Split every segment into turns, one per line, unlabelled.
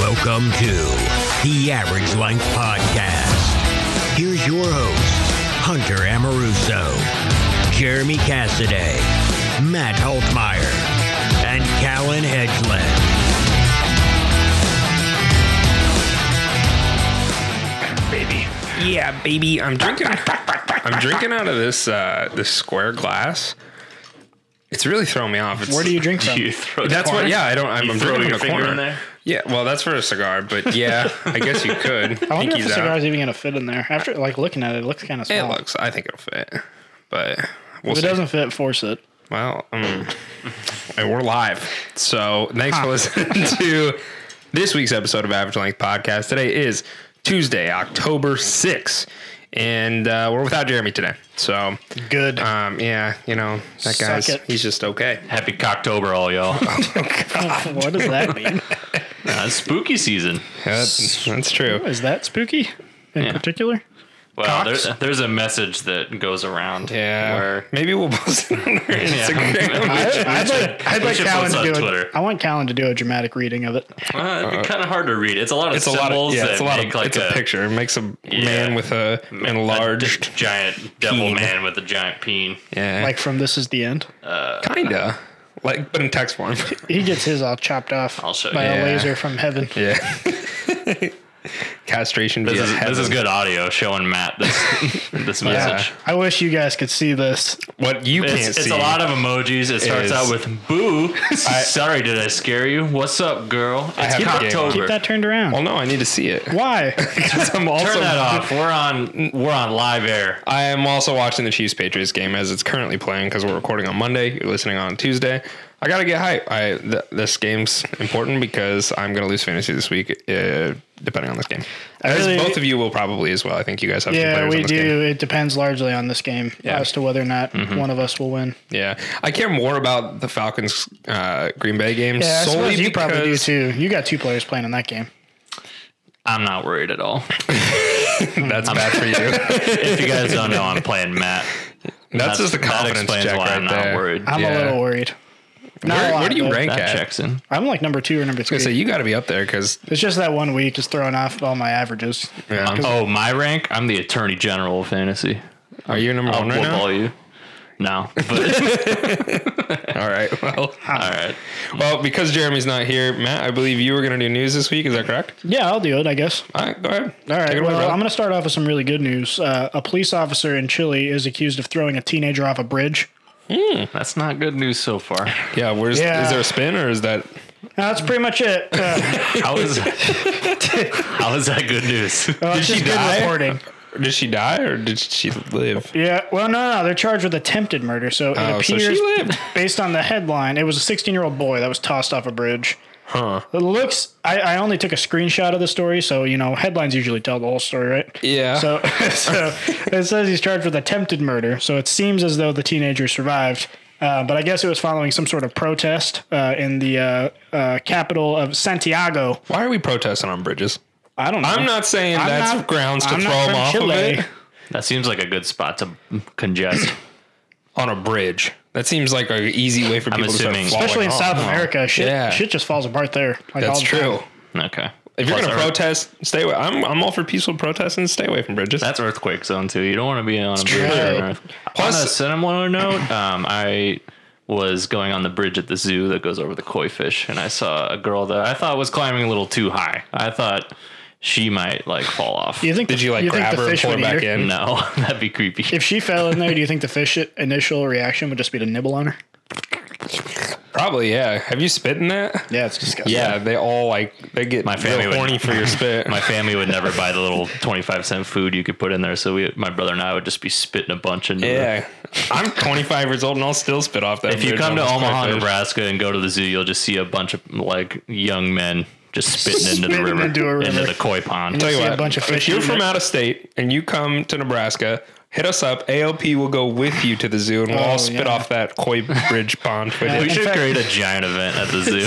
Welcome to the Average Length Podcast. Here's your host, Hunter Amoruso, Jeremy Cassidy, Matt Holtmeyer, and Callan Hedgeland.
Baby. Yeah, baby. I'm drinking. I'm drinking out of this uh, this square glass. It's really throwing me off. It's,
Where do you drink from?
You that's what. Yeah, I don't. I'm, I'm drinking from the corner. In there? Yeah, well, that's for a cigar, but yeah, I guess you could.
I wonder if the cigar's out. even gonna fit in there. After like looking at it, it looks kind of small.
It looks. I think it'll fit, but we'll
if it
see.
doesn't fit, force it.
Well, um, and we're live. So thanks huh. for listening to this week's episode of Average Length Podcast. Today is Tuesday, October sixth and uh, we're without Jeremy today. So
good.
Um, yeah, you know that Suck guy's it. he's just okay.
Happy Cocktober, all y'all.
oh, what does that mean?
uh, spooky season.
That's, that's true.
Oh, is that spooky in yeah. particular?
Well, there's, there's a message that goes around.
Yeah. Where Maybe we'll post it on our Instagram.
Yeah. I, would like, I'd like Callan to do Twitter. A, I want Callan to do a dramatic reading of it.
Well, it'd be uh, kind of hard to read. It's a lot of it's symbols. A lot of,
yeah, it's a lot of, like it's a, a, picture. It makes a yeah, man with a enlarged
a giant devil peen. man with a giant peen.
Yeah.
Like from This Is the End?
Uh, Kinda. Like, but in text form.
he gets his all chopped off by you. a laser from heaven.
Yeah. castration.
This is, this is, good audio showing Matt this this message. Yeah.
I wish you guys could see this.
What you
it's,
can't
it's
see.
It's a lot of emojis. It starts is. out with "boo." I, Sorry, did I scare you? What's up, girl? It's I
have October. Keep that turned around.
Well, no, I need to see it.
Why?
I'm also, Turn that off. We're on. We're on live air.
I am also watching the Chiefs Patriots game as it's currently playing because we're recording on Monday. You're listening on Tuesday. I gotta get hype. I th- this game's important because I'm gonna lose fantasy this week, uh, depending on this game. As really, both of you will probably as well. I think you guys have.
Yeah, we do.
Game.
It depends largely on this game yeah. as to whether or not mm-hmm. one of us will win.
Yeah, I care more about the Falcons uh, Green Bay game. Yeah, solely
you
because
probably do too. You got two players playing in that game.
I'm not worried at all.
That's bad for you.
if you guys don't know, I'm playing Matt.
That's, That's just the confidence
that
check
why
right
I'm
there.
not worried.
I'm yeah. a little worried.
Not where, lot, where do you rank
that
at?
Checks in.
I'm like number two or number three.
So you got to be up there because
it's just that one week is throwing off all my averages.
Yeah. Oh, my rank? I'm the Attorney General of fantasy.
Are you number
I'll
one right now?
you. No.
But all right. Well.
All right.
Well, because Jeremy's not here, Matt, I believe you were going to do news this week. Is that correct?
Yeah, I'll do it. I guess.
All right. Go ahead.
All right. Away, well, brother. I'm going to start off with some really good news. Uh, a police officer in Chile is accused of throwing a teenager off a bridge.
Mm, that's not good news so far.
Yeah, where's yeah. is there a spin or is that?
That's pretty much it. Uh,
how is that? how is that good news?
Well, did she die? Reporting.
Did she die or did she live?
Yeah. Well, no, no. They're charged with attempted murder, so it
oh,
appears
so
based on the headline, it was a 16-year-old boy that was tossed off a bridge.
Huh.
It looks. I, I only took a screenshot of the story, so you know headlines usually tell the whole story, right?
Yeah.
So, so it says he's charged with attempted murder. So it seems as though the teenager survived, uh, but I guess it was following some sort of protest uh, in the uh, capital of Santiago.
Why are we protesting on bridges?
I don't. know. I'm
not saying I'm that's not, grounds to I'm throw him off Chile. of it.
That seems like a good spot to congest
on a bridge. That seems like an easy way for people assuming, to
start especially in South America. Shit, yeah. shit just falls apart there.
Like Oh, That's
the
true.
Time. Okay.
If Plus you're gonna protest, stay away. I'm I'm all for peaceful protests and stay away from bridges.
That's earthquake zone too. You don't want to be on a bridge. Right. Plus, on a similar note, um, I was going on the bridge at the zoo that goes over the koi fish, and I saw a girl that I thought was climbing a little too high. I thought she might like fall off.
You think
Did you like
you
grab her and pull her back in?
No, that'd be creepy.
If she fell in there, do you think the fish initial reaction would just be to nibble on her?
Probably, yeah. Have you spit in that?
Yeah, it's disgusting.
Yeah, they all like they get my family real horny would, for your spit.
My family would never buy the little twenty five cent food you could put in there, so we, my brother and I, would just be spitting a bunch into.
Yeah, the, I'm twenty five years old and I'll still spit off that.
If you come to Omaha, Nebraska, and go to the zoo, you'll just see a bunch of like young men just spitting into spitting the river,
into, river.
into the koi pond.
Tell you what, a bunch of fish if you're from it. out of state and you come to Nebraska, hit us up. ALP will go with you to the zoo, and we'll oh, all spit yeah. off that koi bridge pond.
Yeah, we should fact, create a giant event at the zoo.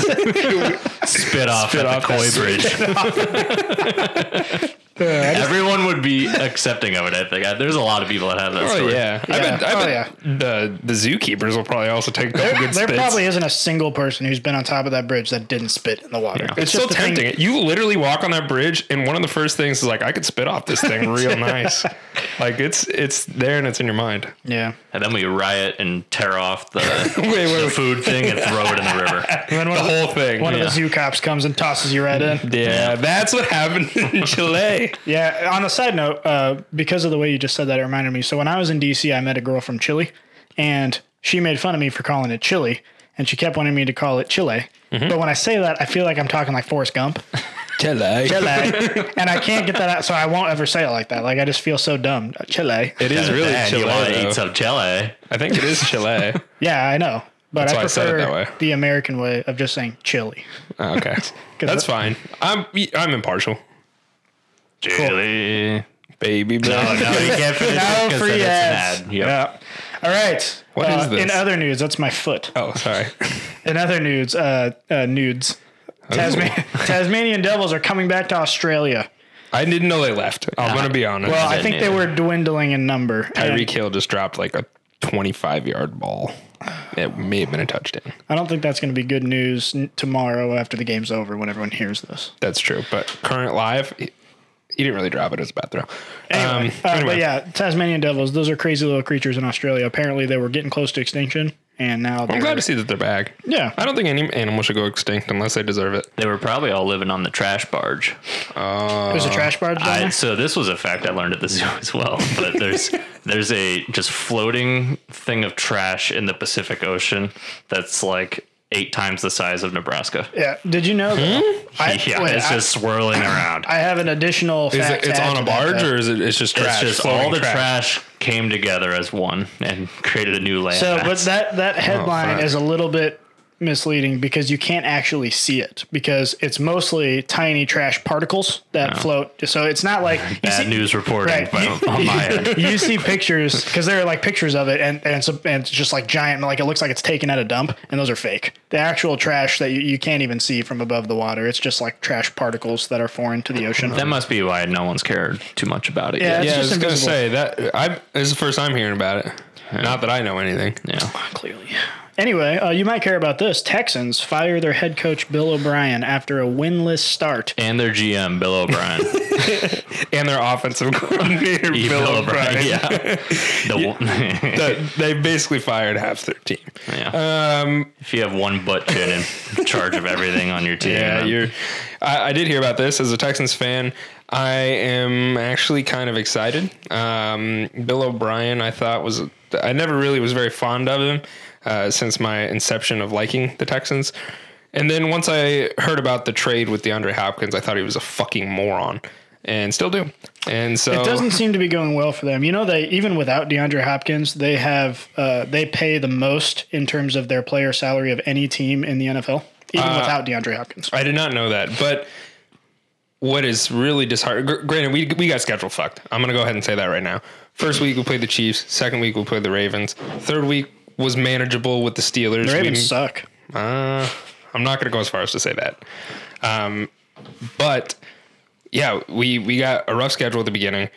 spit off spit at off the koi bridge. Everyone would be accepting of it. I think I, there's a lot of people that have that.
Oh
story.
yeah. I bet, I
Oh,
bet the the zookeepers will probably also take a couple good
There
spits.
probably isn't a single person who's been on top of that bridge that didn't spit in the water.
it's so
just the thing-
tempting. You literally walk on that bridge, and one of the first things is like, I could spit off this thing real nice. Like it's it's there and it's in your mind.
Yeah.
And then we riot and tear off the,
Wait, wait,
the food thing and throw it in the river.
And then one,
The
of, the,
whole thing.
one
yeah. Mm-hmm.
of the zoo cops comes and tosses you right in.
that's what happened in Chile.
Yeah. On a side note, uh, because of the way you just said that, it reminded me. So when I was in DC, I met a girl from Chile, and she made fun of me for calling it Chile, and she kept wanting me to call it Chile.
Mm-hmm.
But when I say that, I feel like I'm talking like Forrest Gump,
Chile.
Chile, and I can't get that out. So I won't ever say it like that. Like I just feel so dumb, Chile.
It is really
Man,
Chile.
you want to
though.
eat some chili?
I think it is Chile.
Yeah, I know, but
That's
I
why I said it
prefer
that way.
the American way of just saying Chile.
Oh, okay, that's fine. I'm I'm impartial,
Chili.
baby. No,
Oh, no, you can't finish it 'cause
free
then it's an
ads.
ad. Yep.
Yeah. All right.
What
Uh,
is this?
In other news, that's my foot.
Oh, sorry.
In other news, uh, uh, nudes.
Oh.
Tasman- Tasmanian devils are coming back to Australia.
I didn't know they left. I'm gonna be honest.
Well, I
didn't
think they
either.
were dwindling in number. and
Tyreek Hill just dropped like a 25 yard ball. It may have been a touchdown.
I don't think that's going to be good news n- tomorrow after the game's over when everyone hears this.
That's true. But current live, he, he didn't really drop it. It was a bad throw.
Anyway, uh,
Um, anyway.
But yeah, Tasmanian devils, those are crazy little creatures in Australia. Apparently, they were getting close to extinction, and now they're.
I'm glad to see that they're back.
Yeah.
I don't think any animal should go extinct unless they deserve it.
They were probably all living on the trash barge.
There's a
Uh,
trash barge down
I,
there?
so this was a fact I learned at the zoo as well. But there's there's a just floating thing of trash in the Pacific Ocean that's like eight times the size of Nebraska.
Yeah. Did you know that?
Hmm?
I,
yeah,
wait,
it's
I-
just swirling around.
I have an additional.
Is
fact
it,
to
it's
add
on
to
a
that,
barge
though.
or is it? It's just trash.
it's just
floating
all the trash. came together as one and created a new land.
So, but
mass.
that that headline
Oh, fuck.
is a little bit misleading because you can't actually see it because it's mostly tiny trash particles that
Oh.
float. So it's not like you
bad
see-
news reporting
Right.
by- on my end.
You see pictures because there are like pictures of it, and and, some, and it's just like giant, like it looks like it's taken at a dump, and those are fake. The actual trash that you, you can't even see from above the water, it's just like trash particles that are foreign to the ocean.
That must be why no one's cared too much about it.
Yeah,
yet.
Yeah, I
It's
was
just
gonna say
invisible.
that. I this is the first time hearing about it. Not that I know anything.
yeah.
Clearly. Anyway, uh, you might care about this. Texans fire their head coach Bill O'Brien after a winless start.
And their GM Bill O'Brien.
And their offensive coordinator
E.
Bill O'Brien.
Yeah. The one-
That- they basically fired half their team.
yeah.
Um,
If you have one butt chin in charge of everything on your team,
yeah,
then-
you're. I, I did hear about this as a Texans fan. I am actually kind of excited. Um, Bill O'Brien, I thought was I never really was very fond of him uh, since my inception of liking the Texans. And then once I heard about the trade with DeAndre Hopkins, I thought he was a fucking moron, and still do. And so
Oh.
It doesn't seem to be going well for them. You know, they even without DeAndre Hopkins, they have uh, they pay the most in terms of their player salary of any team in the NFL, even
Uh,
without DeAndre Hopkins.
I did not know that, but what is really disheartening? Granted, we we got schedule fucked. I'm gonna go ahead and say that right now. First week we played the Chiefs. Second week we played the Ravens. Third week was manageable with the Steelers.
The Ravens
We-
suck.
uh, I'm not going to go as far as to say that. Um, but yeah, we we got a rough schedule at the beginning,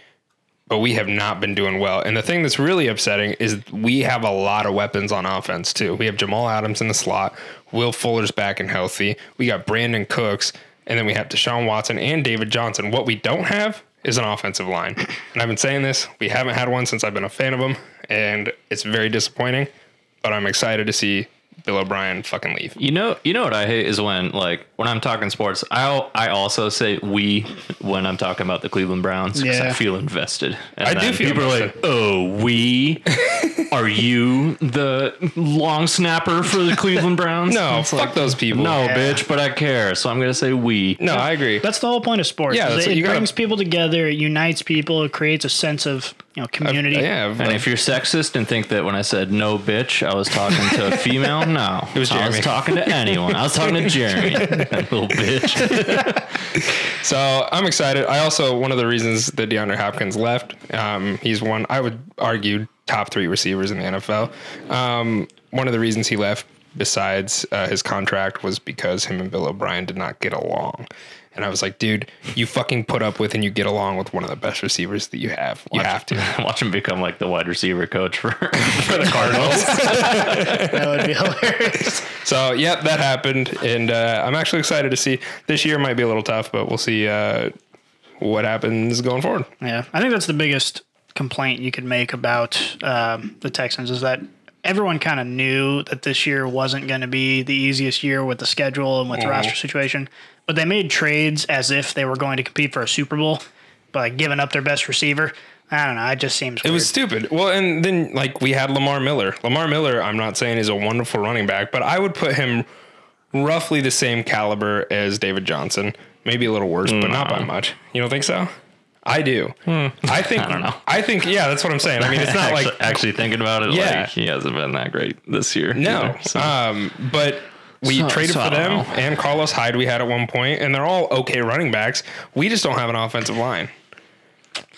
but we have not been doing well. And the thing that's really upsetting is we have a lot of weapons on offense too. We have Jamal Adams in the slot. Will Fuller's back and healthy. We got Brandon Cooks, and then we have Deshaun Watson and David Johnson. What we don't have is an offensive line. And I've been saying this. We haven't had one since I've been a fan of them, and it's very disappointing. But I'm excited to see Bill O'Brien fucking leave.
You know, you know what I hate is when like when I'm talking sports, I I also say we when I'm talking about the Cleveland Browns because
Yeah.
I feel invested. And
I do
then
feel
people
invested.
are like, "Oh, we are you the long snapper for the Cleveland Browns?"
No,
It's
fuck
like,
those people.
No,
Yeah.
bitch, but I care, so I'm gonna say we.
no, I agree.
That's the whole point of sports.
Yeah,
is
that's
it
what you gotta-
brings people together. It unites people. It creates a sense of you know community.
Uh, yeah,
And
but-
if you're sexist and think that when I said no, bitch, I was talking to a female, no, it
was
I
Jeremy.
was talking to anyone. I was talking to Jeremy, That little bitch.
so I'm excited. I also one of the reasons that DeAndre Hopkins left. Um, he's one I would argue top three receivers in the NFL. Um, one of the reasons he left besides uh, his contract was because him and Bill O'Brien did not get along. And I was like, dude, you fucking put up with and you get along with one of the best receivers that you have. You have to.
Watch him become like the wide receiver coach for, for the Cardinals.
That would be hilarious.
So, yep, that happened. And uh, I'm actually excited to see. This year might be a little tough, but we'll see uh, what happens going forward.
Yeah, I think that's the biggest complaint you could make about um, the Texans is that everyone kind of knew that this year wasn't going to be the easiest year with the schedule and with the roster situation, but they made trades as if they were going to compete for a Super Bowl by giving up their best receiver. I don't know. It just seems
It
weird.
was stupid. Well, and then like we had Lamar Miller. Lamar Miller, I'm not saying is a wonderful running back, but I would put him roughly the same caliber as David Johnson. Maybe a little worse, but not by much. You don't think so? I do. I think. I
Hmm. don't know.
think. Yeah, that's what I'm saying. I mean, it's not
actually,
like
actually thinking about it,
Yeah.
like he hasn't been that great this year.
no.
either, so.
Um, but we
So-
traded
so I
for
don't
them
know.
and Carlos Hyde. We had at one point, and they're all okay running backs. We just don't have an offensive line.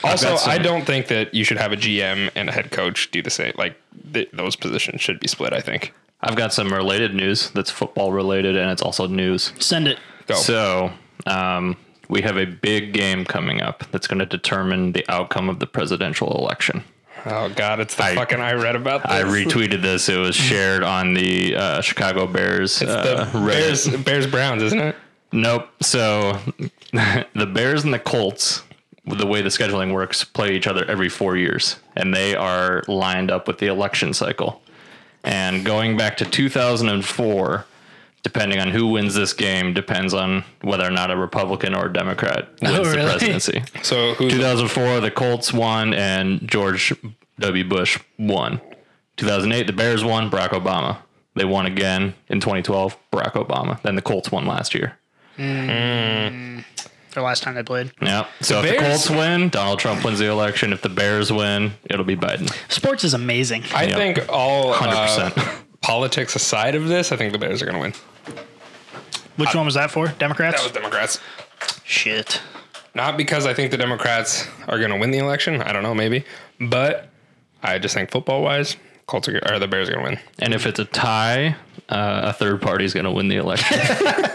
Also,
got some-
I don't think that you should have a GM and a head coach do the same. Like th- those positions should be split. I think.
I've got some related news that's football related and it's also news.
Send it.
Go.
So, um, we have a big game coming up that's going to determine the outcome of the presidential election.
oh God, it's the
I-
fucking I read about. This.
I retweeted this. It was shared on the uh, Chicago Bears.
the
uh, Reddit.
Bears, Bears Browns, isn't it?
Nope. So the Bears and the Colts, the way the scheduling works, play each other every four years, and they are lined up with the election cycle. And going back to 2004, depending on who wins this game, depends on whether or not a Republican or a Democrat
Oh,
wins
really?
the presidency.
So who's
2004, the Colts won, and George W. Bush won. 2008, the Bears won, Barack Obama. They won again in 2012, Barack Obama. Then the Colts won last year.
The last time they played.
Yeah. So if the
Bears-
Colts win, Donald Trump wins the election. If the Bears win, it'll be Biden.
Sports is amazing.
I
Yep.
think all uh,
100%.
politics aside of this, I think the Bears are going to win.
Which one was that for? Democrats?
That was Democrats.
Shit.
Not because I think the Democrats are going to win the election. I don't know, maybe, but I just think football wise, Colts are, or the Bears are going to win.
And if it's a tie, uh, a third party is going to win the election,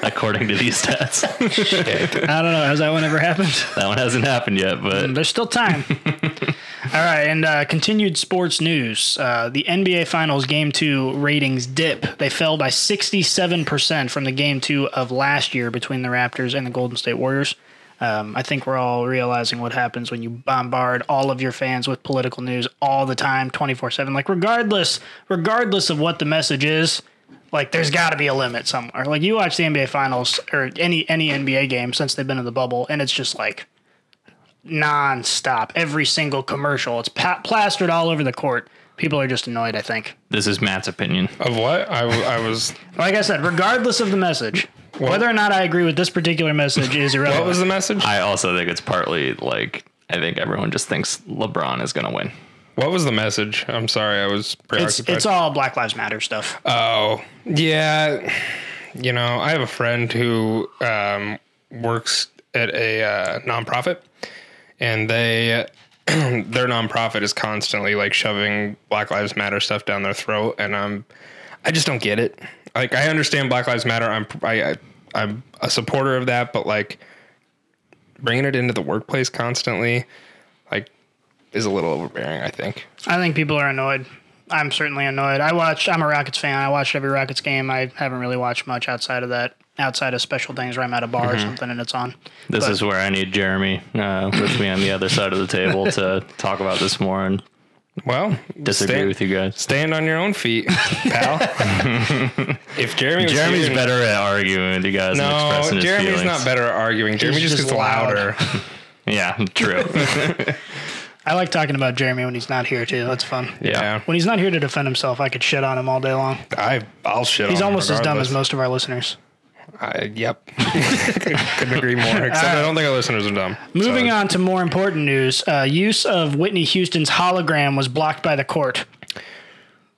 according to these stats.
I don't know. Has that one ever happened?
that one hasn't happened yet, but
There's still time. All right, and uh, continued sports news. Uh, the NBA Finals Game 2 ratings dip. They fell by 67% from the Game 2 of last year between the Raptors and the Golden State Warriors. Um, I think we're all realizing what happens when you bombard all of your fans with political news all the time, 24 7. Like, regardless, regardless of what the message is, like there's got to be a limit somewhere. Like you watch the NBA finals or any any NBA game since they've been in the bubble, and it's just like nonstop. Every single commercial, it's pa- plastered all over the court. People are just annoyed. I think.
this is Matt's opinion.
Of what? I, w- I was.
Like I said, regardless of the message, whether or not I agree with this particular message is irrelevant.
What was the message?
I also think it's partly like I think everyone just thinks LeBron is going to win.
What was the message? I'm sorry, I was
it's,
preoccupied.
it's all Black Lives Matter stuff.
Oh, yeah. You know, I have a friend who um, works at a uh, nonprofit, and they their nonprofit is constantly like shoving Black Lives Matter stuff down their throat, and I'm I just don't get it. Like, I understand Black Lives Matter. I'm I, I I'm a supporter of that, but like bringing it into the workplace constantly, like, is a little overbearing. I think.
I think people are annoyed. I'm certainly annoyed. I watched. I'm a Rockets fan. I watched every Rockets game. I haven't really watched much outside of that. Outside of special things where I'm at a bar or
Mm-hmm.
something and it's on.
This is where I need Jeremy uh, with me on the other side of the table to talk about this more and
Well,
disagree
stand-
with you guys.
Stand on your own feet, pal. if Jeremy was
Jeremy's
here-
better at arguing with you guys and
No,
expressing his
Jeremy's
feelings.
not better at arguing. Jeremy just,
just
gets
loud.
louder.
Yeah, true.
I like talking about Jeremy when he's not here too. That's fun.
yeah,
When he's not here to defend himself, I could shit on him all day long.
I I'll shit.
He's
on him
almost as dumb
Oh, regardless.
as most of our listeners.
I, yep, couldn't agree more. Except I don't think our listeners are dumb.
Moving
So-
on to more important news. Uh, use of Whitney Houston's hologram was blocked by the court.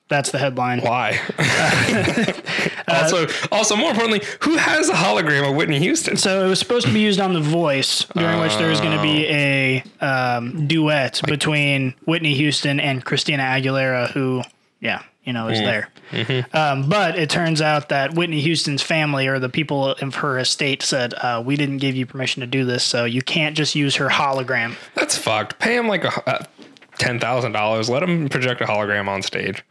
That's the headline.
Why? also, also more importantly, who has a hologram of Whitney Houston?
So it was supposed to be used on The Voice, during which there was going to be a um, duet between Whitney Houston and Christina Aguilera, who, yeah, you know, is there. Um, but it turns out that Whitney Houston's family or the people of her estate said, uh, "We didn't give you permission to do this, so you can't just use her hologram."
That's fucked. Pay him like a, uh, ten thousand dollars. Let him project a hologram on stage.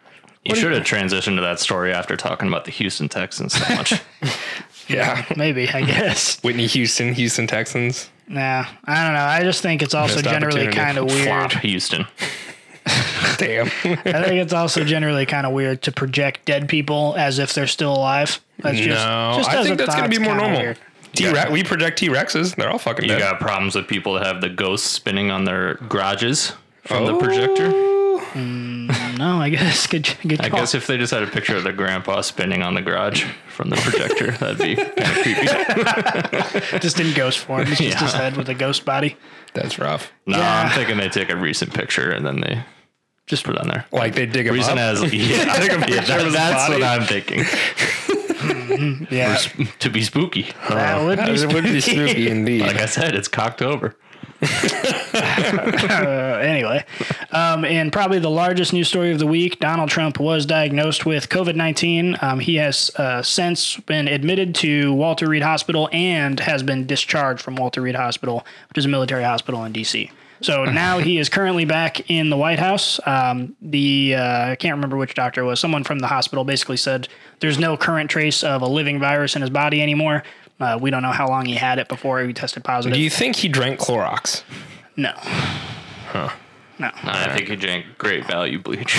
You should have transitioned to that story after talking about the Houston Texans so much.
Yeah,
Maybe I guess.
Whitney Houston, Houston Texans.
nah, I don't know. I just think it's also
Missed
generally
opportunity.
kind of weird.
Flop Houston.
Damn.
I think it's also generally kind of weird to project dead people as if they're still alive. That's just,
no,
just
Oh, I
as a
think that's gonna
thought's
be more
kinda
normal.
weird.
T Rex. We project T Rexes. They're all fucking
You
dead.
got problems with people that have the ghosts spinning on their garages from the projector.
No, I guess good, good
I
call.
guess if they just had a picture of their grandpa spinning on the garage from the projector, that'd be kind of creepy.
just in ghost form. It's just his
Yeah.
head with a ghost body.
That's rough.
No,
Yeah.
I'm thinking they take a recent picture and then they just put it on there.
Like they dig him
Recent
up.
as yeah, yeah, that- that's
body.
what I'm thinking.
Yeah,
to be spooky.
that would be.
it would be spooky indeed.
Like I said, it's cocktober.
Uh, anyway, um, and probably the largest news story of the week Donald Trump was diagnosed with COVID 19. Um, he has uh, since been admitted to Walter Reed Hospital and has been discharged from Walter Reed Hospital, which is a military hospital in D.C. So now he is currently back in the White House. Um, the uh, I can't remember which doctor it was. Someone from the hospital basically said there's no current trace of a living virus in his body anymore. Uh, we don't know how long he had it before he tested positive.
Do you think he drank Clorox?
no. No.
I think he drank great value bleach.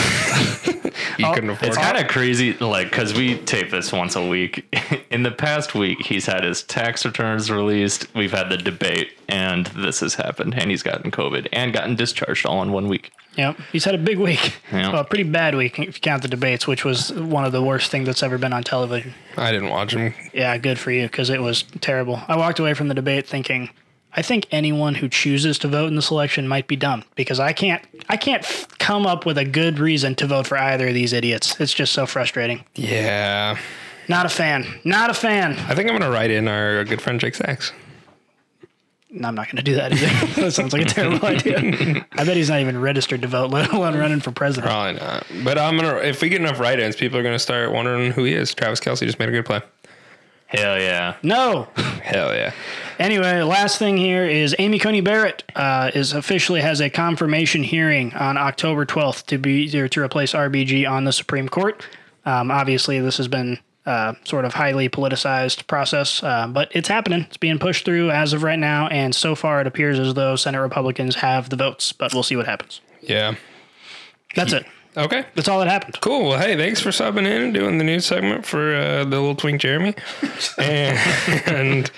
He couldn't afford
It's
it.
kind of crazy, like, because we tape this once a week. In the past week, he's had his tax returns released. We've had the debate, and this has happened. And he's gotten COVID and gotten discharged all in one week.
Yep. He's had a big week.
Yeah.
Well, a pretty bad week if you count the debates, which was one of the worst things that's ever been on television.
I didn't watch him.
Yeah, good for you because it was terrible. I walked away from the debate thinking, I think anyone who chooses to vote in this election might be dumb because I can't I can't f- come up with a good reason to vote for either of these idiots. It's just so frustrating.
Yeah.
Not a fan. Not a fan.
I think I'm gonna write in our good friend Jake Sachs.
No, I'm not going to do that either. that sounds like a terrible idea. I bet he's not even registered to vote, let alone running for president.
Probably not. But I'm gonna if we get enough write ins, people are gonna start wondering who he is. Travis Kelsey just made a good play.
Hell yeah.
No.
Hell yeah.
Anyway, last thing here is Amy Coney Barrett uh, is officially has a confirmation hearing on October 12th to be to to replace RBG on the Supreme Court. Um, obviously, this has been uh, sort of highly politicized process, uh, but it's happening. It's being pushed through as of right now, and so far it appears as though Senate Republicans have the votes. But we'll see what happens.
Yeah.
That's it.
Okay.
That's all that happened.
Cool. Well, hey, thanks for subbing in and doing the news segment for uh, the little twink Jeremy. And, and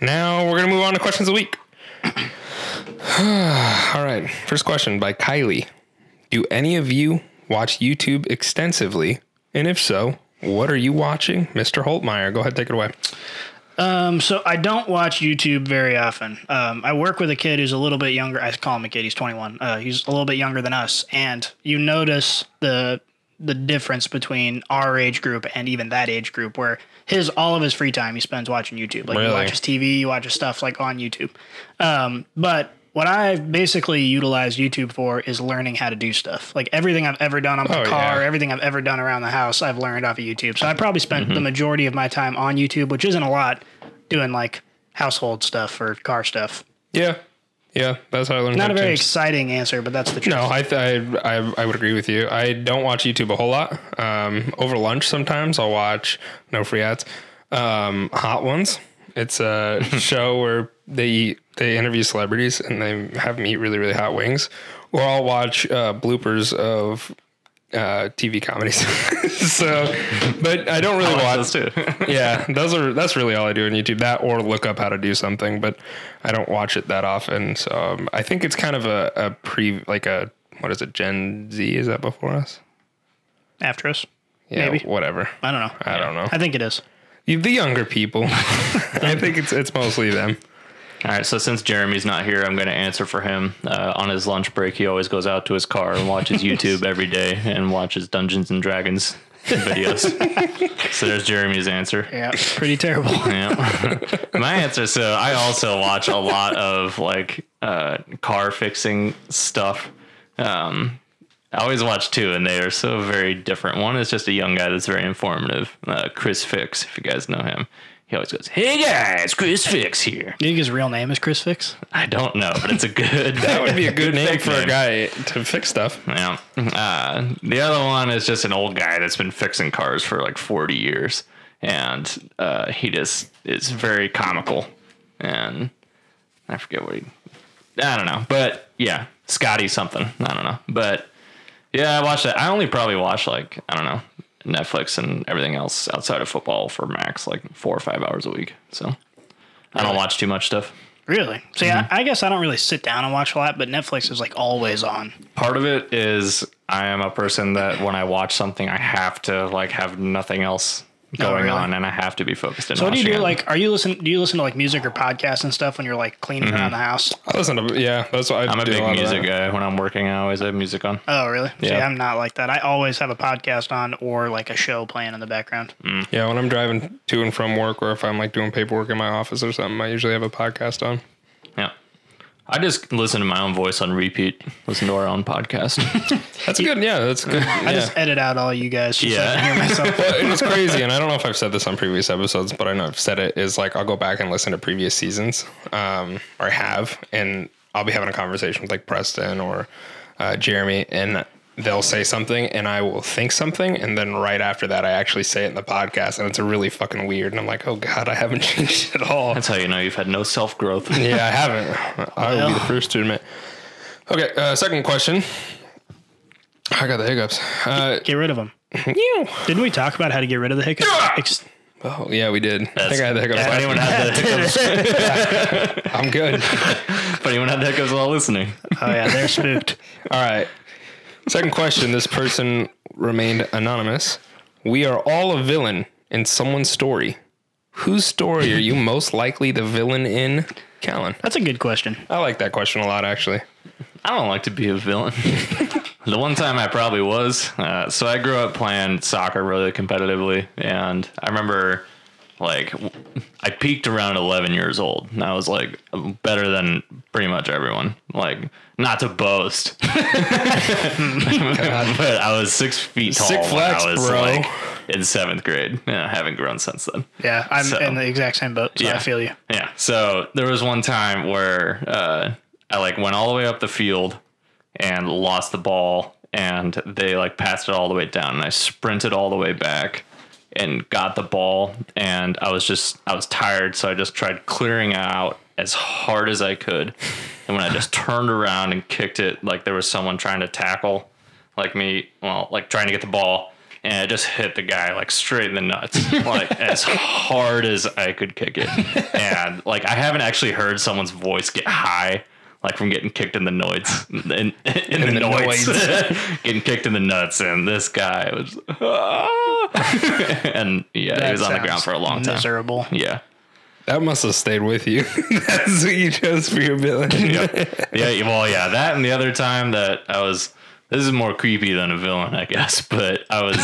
now we're going to move on to questions of the week. All right. First question by Kylie Do any of you watch YouTube extensively? And if so, what are you watching? Mr. Holtmeyer, go ahead, take it away.
So I don't watch YouTube very often. Um, I work with a kid who's a little bit younger. I call him a kid. He's 21. Uh, he's a little bit younger than us, and you notice the the difference between our age group and even that age group, where his all of his free time he spends watching YouTube. Like he
Really?
watches TV, he watches stuff like on YouTube. Um, but what I basically utilize YouTube for is learning how to do stuff. Like everything I've ever done on my
Oh,
car,
yeah.
everything I've ever done around the house, I've learned off of YouTube. So I probably spent
Mm-hmm.
the majority of my time on YouTube, which isn't a lot, doing like household stuff or car stuff.
Yeah. Yeah. That's how I learned how to
Not a very
change-
exciting answer, but that's the truth.
No, I, th- I, I I would agree with you. I don't watch YouTube a whole lot. Um, over lunch sometimes I'll watch no free ads. Um, Hot ones. It's a show where they eat, they interview celebrities and they have them eat really really hot wings. Or I'll watch uh, bloopers of uh, TV comedies. so, but I don't really watch
Those two.
yeah, those are that's really all I do on YouTube. That or look up how to do something, but I don't watch it that often. So um, I think it's kind of a, a pre like a what is it Gen Z? Is that before us?
After us,
Yeah,
Maybe.
whatever.
I don't know.
I don't know.
I think it is.
You- the younger people. I think it's it's mostly them.
All right, so since Jeremy's not here, I'm going to answer for him. Uh, on his lunch break, he always goes out to his car and watches YouTube every day and watches Dungeons and Dragons videos. so there's Jeremy's answer.
Yeah, pretty terrible.
Yeah. My answer so I also watch a lot of like uh, car fixing stuff. Um, I always watch two, and they are so very different. One is just a young guy that's very informative, uh, Chris Fix, if you guys know him. He always goes, "Hey guys, Chris Fix here."
Do you think his real name is Chris Fix?
I don't know, but it's a good.
That would be a good name for a guy to fix stuff.
Yeah. Uh, the other one is just an old guy that's been fixing cars for like 40 years. And uh, he just is very comical. And I forget what he. I don't know. But yeah, Scotty something. I don't know. But yeah, I watched that. I only probably watched like, I don't know, Netflix and everything else outside of football for max like four or five hours a week. So I don't watch too much stuff.
Really? See,
Mm-hmm.
I, I guess I don't really sit down and watch a lot, but Netflix is like always on.
part of it is I am a person that when I watch something, I have to like have nothing else going
Oh, really?
on, and I have to be focused. In
So what do you
watching
do?
it.
Like, are you listen? Do you listen to like music or podcasts and stuff when you're like cleaning
Mm-hmm.
around the house?
I listen to yeah. That's what I
I'm a
do
big
lot of
music
that.
guy. When I'm working, I always have music on.
Oh, really? See,
Yeah.
I'm not like that. I always have a podcast on or like a show playing in the background.
Yeah, when I'm driving to and from work, or if I'm like doing paperwork in my office or something, I usually have a podcast on.
Yeah. I just listen to my own voice on repeat. Listen to our own podcast.
That's good. Yeah, that's good.
I
yeah.
just edit out all you guys. Just yeah. So I
Yeah.
can hear myself.
Well, it is crazy, and I don't know if I've said this on previous episodes, but I know I've said it is like I'll go back and listen to previous seasons, um, or have, and I'll be having a conversation with like Preston or uh, Jeremy, and they'll say something, and I will think something, and then right after that, I actually say it in the podcast, and it's really fucking weird, and I'm like, oh god, I haven't changed at all.
That's how you know you've had no self growth.
Yeah, I haven't. I will be the first to admit. Okay, uh, second question. I got the hiccups. Uh,
Get rid of them. Didn't we talk about how to get rid of the hiccups? Ex-
oh, yeah, we did. I think I had the hiccups. last
anyone had the hiccups?
week. I'm good.
if anyone had the hiccups while listening?
oh yeah, they're spooked.
All right. Second question. This person remained anonymous. We are all a villain in someone's story. Whose story are you most likely the villain in? Callan.
That's a good question.
I like that question a lot, actually.
I don't like to be a villain. the one time I probably was. Uh, so I grew up playing soccer really competitively, and I remember like w- I peaked around 11 years old, and I was like better than pretty much everyone. Like not to boast, but I was six feet tall
Sick flex,
when I was
bro.
like in seventh grade, and I haven't grown since then.
Yeah, I'm
So-
in the exact same boat. So I
Yeah.
feel you.
Yeah. So there was one time where uh, I like went all the way up the field and lost the ball, and they like passed it all the way down, and I sprinted all the way back and got the ball, and I was just I was tired, so I just tried clearing out as hard as I could, and when I just turned around and kicked it, like there was someone trying to tackle like me, well, like trying to get the ball, and I just hit the guy like straight in the nuts, like as hard as I could kick it. And like I haven't actually heard someone's voice get high like from getting kicked in the noids, in, in, the,
the
noids, getting kicked in the nuts, and this guy was, "Ah." and yeah, he was on the
That
ground for a
sounds
long time.
Miserable.
Yeah.
That must have stayed with you. That's what you chose for your villain.
yeah, well, yeah, that and the other time that I was. This is more creepy than a villain, I guess. But I was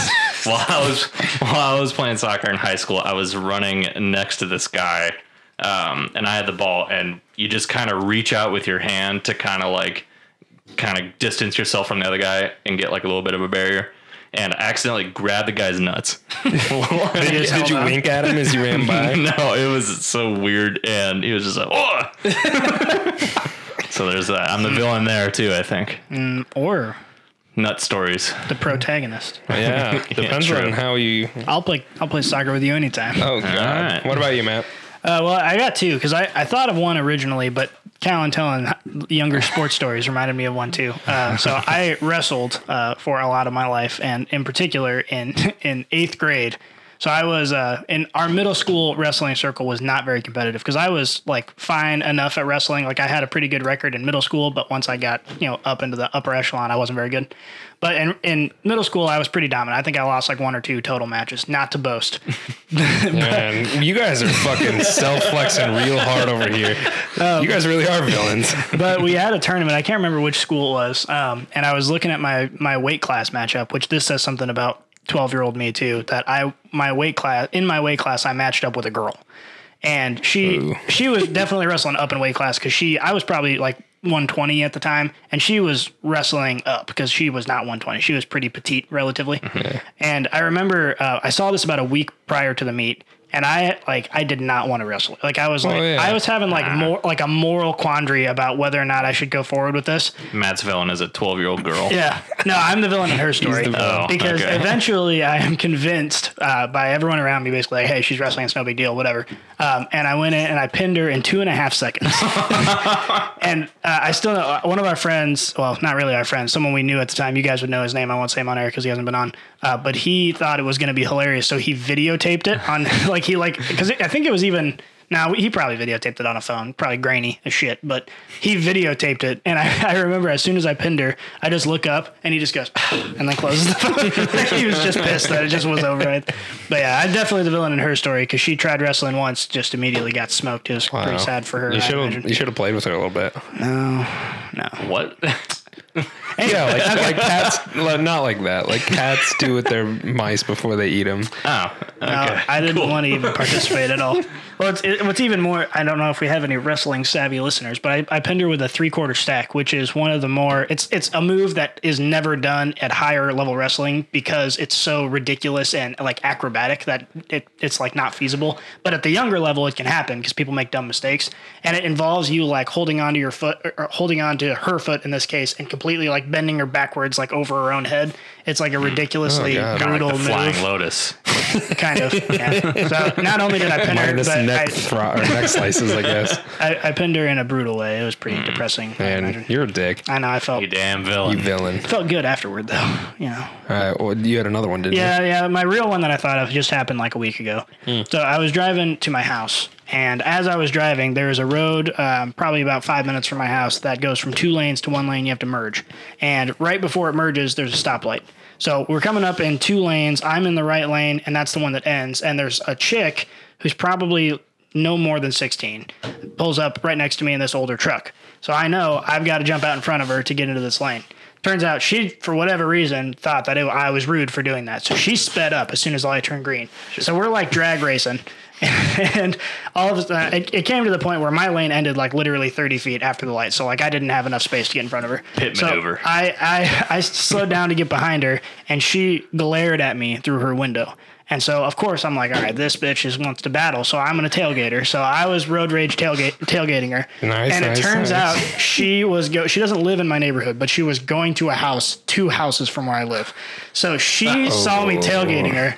while I was while I was playing soccer in high school, I was running next to this guy, um, and I had the ball, and you just kind of reach out with your hand to kind of like kind of distance yourself from the other guy and get like a little bit of a barrier. And I accidentally grabbed the guy's nuts.
Just
Did
held
you
on.
wink at him as you ran by?
no, it was so weird, and he was just like, "Oh!" so there's that. I'm the
Mm.
villain there too. I think
Or
nut stories.
the protagonist.
Yeah, depends
true.
on how you.
I'll play. I'll play soccer with you anytime.
Oh god.
right.
What about you, Matt?
Uh, well, I got two because I, I thought of one originally, but Callan telling younger sports stories reminded me of one too. Uh, so I wrestled uh, for a lot of my life, and in particular in in eighth grade. So I was uh, in our middle school wrestling circle was not very competitive because I was like fine enough at wrestling. Like I had a pretty good record in middle school, but once I got you know up into the upper echelon, I wasn't very good. But in in middle school, I was pretty dominant. I think I lost like one or two total matches. Not to boast.
Man, you guys are fucking self flexing real hard over here. you guys really are villains.
but we had a tournament. I can't remember which school it was. Um, and I was looking at my my weight class matchup, which this says something about twelve year old me too. That I my weight class in my weight class I matched up with a girl, and she she was definitely wrestling up in weight class because she I was probably like 120 at the time, and she was wrestling up because she was not 120. She was pretty petite relatively. And I remember uh, I saw this about a week prior to the meet, and I like I did not want to wrestle. Like I was like
yeah.
I was having like more like a moral quandary about whether or not I should go forward with this.
Matt's villain is a 12 year old girl.
Yeah. No, I'm the villain in her story.
the villain.
Oh,
because
okay.
eventually I am convinced uh, by everyone around me, basically, like, hey, she's wrestling. It's no big deal, whatever. Um, and I went in and I pinned her in two and a half seconds. and uh, I still know one of our friends, well, not really our friend, someone we knew at the time. You guys would know his name. I won't say him on air because he hasn't been on. Uh, but he thought it was going to be hilarious. So he videotaped it on, like, he, like, because I think it was even. Now he probably videotaped it on a phone, probably grainy as shit, but he videotaped it. And I, I remember as soon as I pinned her, I just look up and he just goes and then closes the phone. he was just pissed that it just was over with. But yeah, I'm definitely the villain in her story because she tried wrestling once, just immediately got smoked. It was pretty sad for her.
You
I
should have
imagine.
you should have played with her a little bit.
Uh,
What?
Yeah, like, like cats, li- not like that. Like cats do with their mice before they eat them.
oh, okay.
No, I didn't want to even participate at all. Well, it's, it, what's even more, I don't know if we have any wrestling savvy listeners, but I, I pinned her with a three quarter stack, which is one of the more. It's it's a move that is never done at higher level wrestling because it's so ridiculous and like acrobatic that it, it's like not feasible. But at the younger level, it can happen because people make dumb mistakes, and it involves you like holding onto your foot, or- or holding onto her foot in this case, and completely like bending her backwards like over her own head. It's like a ridiculously
God. Kinda like
Hmm. Oh, the
brutal move
Flying Lotus.
kind of. Yeah. So not only did I pin her,
Minus
but I,
neck thro- or neck slices, I guess.
I, I pinned her in a brutal way. It was pretty depressing. I
Man,
imagine.
you're a dick.
I know. I felt
You damn villain.
You villain.
felt good afterward, though. You know.
All right, well, you had another one, didn't you?
Yeah, yeah. My real one that I thought of just happened like a week ago. So I was driving to my house, and as I was driving, there is a road, um, probably about five minutes from my house, that goes from two lanes to one lane. You have to merge, and right before it merges, there's a stoplight. So we're coming up in two lanes. I'm in the right lane, and that's the one that ends. And there's a chick who's probably no more than 16 pulls up right next to me in this older truck. So I know I've got to jump out in front of her to get into this lane. Turns out she, for whatever reason, thought that it, I was rude for doing that. So she sped up as soon as the light turned green. So we're like drag racing. and all of a sudden, it, it came to the point where my lane ended like literally 30 feet after the light. So like I didn't have enough space to get in front of her.
Pit
So
maneuver.
I, I, I slowed down to get behind her, and she glared at me through her window. And so, of course, I'm like, all right, this bitch is wants to battle, so I'm gonna tailgate her. So I was road rage tailgate tailgating her,
Nice,
and
nice,
it turns
nice.
out she was go. She doesn't live in my neighborhood, but she was going to a house two houses from where I live. So she saw me tailgating her,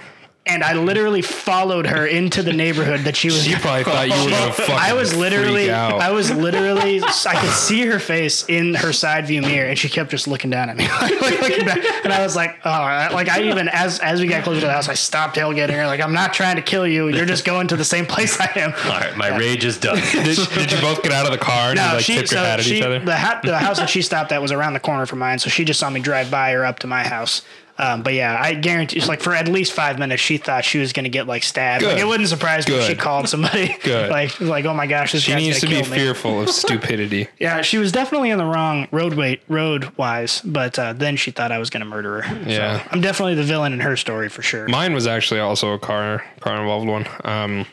and I literally followed her into the neighborhood that she was.
You probably thought you were gonna fucking.
I was literally,
freak out.
I was literally, I could see her face in her side view mirror, and she kept just looking down at me, like, like, looking back. And I was like, oh, I- like I even as as we got closer to the house, I stopped tailgating her, like I'm not trying to kill you, you're just going to the same place I am.
All right, my rage is done.
did, did you both get out of the car and you,
No,
like
she,
tipped your
so
hat at
she,
each other?
the, ha- the house that she stopped at was around the corner from mine, so she just saw me drive by or up to my house. Um, but yeah, I guarantee, it's like for at least five minutes, she thought she was going to get like stabbed. Like
Good.
it wouldn't surprise me if she
Good.
called somebody.
Good.
Like, like oh my gosh, this
She
guy's
needs to
gonna
be
kill me.
fearful of stupidity.
Yeah, she was definitely on the wrong road weight road wise, but uh, then she thought I was gonna murder her.
Yeah.
I'm definitely the villain in her story for sure.
Mine was actually also a car car involved one. Um,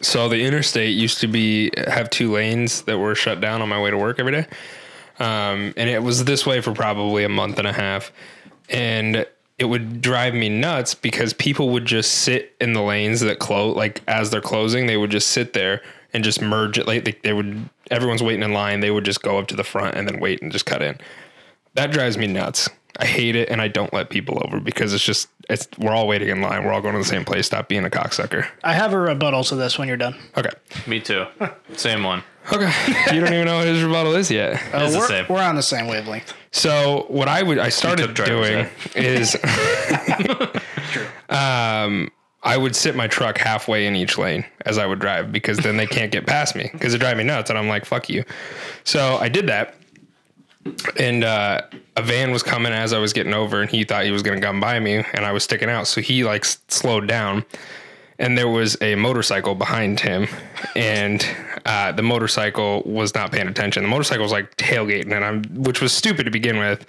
so the interstate used to be have two lanes that were shut down on my way to work every day, um, and it was this way for probably a month and a half, and it would drive me nuts because people would just sit in the lanes that close, like as they're closing, they would just sit there and just merge it. Like they, they would, everyone's waiting in line, they would just go up to the front and then wait and just cut in that drives me nuts. I hate it, and I don't let people over because it's just it's we're all waiting in line. We're all going to the same place. Stop being a cocksucker.
I have a rebuttal to this when you're done.
Okay,
Me too. Same one.
Uh, okay. you don't even know what his rebuttal is yet.
Uh,
It's the
we're,
same.
we're on the same wavelength.
So what I would I started
took driver's
doing is, um, I would sit my truck halfway in each lane as I would drive because then they can't get past me because it drive me nuts and I'm like fuck you. So I did that, and uh, a van was coming as I was getting over and he thought he was gonna come by me and I was sticking out so he like s- slowed down. And there was a motorcycle behind him, and uh, the motorcycle was not paying attention. The motorcycle was like tailgating, and I'm, which was stupid to begin with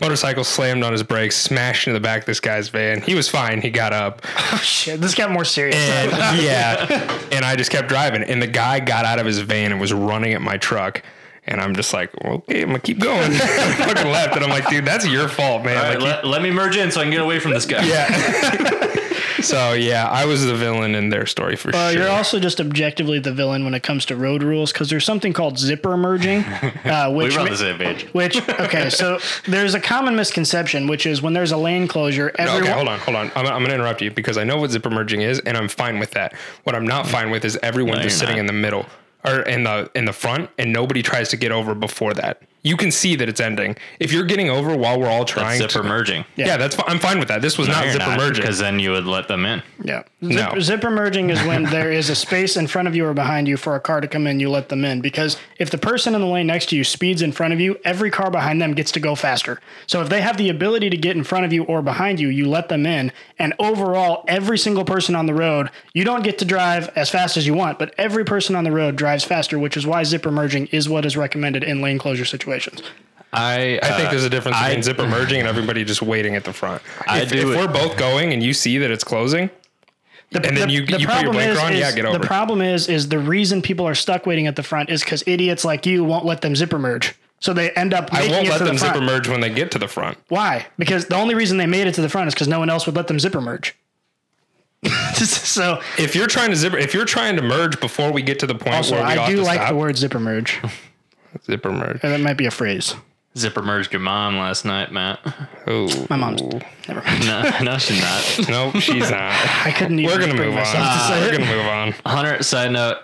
motorcycle slammed on his brakes, smashed into the back of this guy's van. He was fine. He got up.
Shit, this got more serious.
And yeah. And I just kept driving. And the guy got out of his van and was running at my truck. And I'm just like, okay, I'm gonna keep going. I fucking left, and I'm like, dude, that's your fault, man.
All right,
Like,
let, let me merge in so I can get away from this guy.
yeah. so yeah, I was the villain in their story for
Uh,
sure.
You're also just objectively the villain when it comes to road rules because there's something called zipper merging, uh,
we
which
were on
ma-
the same page.
which okay, so there's a common misconception which is when there's a lane closure,
No,
everyone
okay, hold on, hold on. I'm, I'm gonna interrupt you because I know what zipper merging is, and I'm fine with that. What I'm not fine with is everyone just
you're
sitting
not.
in the middle or in the in the front, and nobody tries to get over before that. You can see that it's ending. If you're getting over while we're all trying
Zipper
to,
merging.
yeah. that's fi- I'm fine with that. This was not zipper merging.
because then you would let them in.
yeah.
No.
Zipper, zipper merging is when there is a space in front of you or behind you for a car to come in, you let them in because if the person in the lane next to you speeds in front of you, every car behind them gets to go faster. So if they have the ability to get in front of you or behind you, you let them in, and overall every single person on the road, you don't get to drive as fast as you want, but every person on the road drives faster, which is why zipper merging is what is recommended in lane closure situations.
I
I think
uh,
there's a difference
I-
between zipper merging and everybody just waiting at the front.
I
if
do
if
it-
we're both going and you see that it's closing,
The,
And then you- you put your
problem
blinker on, yeah, get over
The
it.
problem is, is the reason people are stuck waiting at the front is because idiots like you won't let them zipper merge. So they end up.
I
Making
won't
it
let
to
them
the front.
zipper merge when they get to the front.
Why? Because the only reason they made it to the front is because no one else would let them zipper merge. so
If you're trying to zipper, if you're trying to merge before we get to the point
also,
where we
I
ought
do
to
like
stop,
the word zipper merge.
zipper merge.
that might be a phrase.
zipper merged your mom last night, Matt.
Oh,
My mom's. Never mind.
No, no, she's not.
nope, she's not.
I couldn't even.
We're gonna
bring
move on.
myself to say
We're
it.
gonna move on.
Hunter, side note.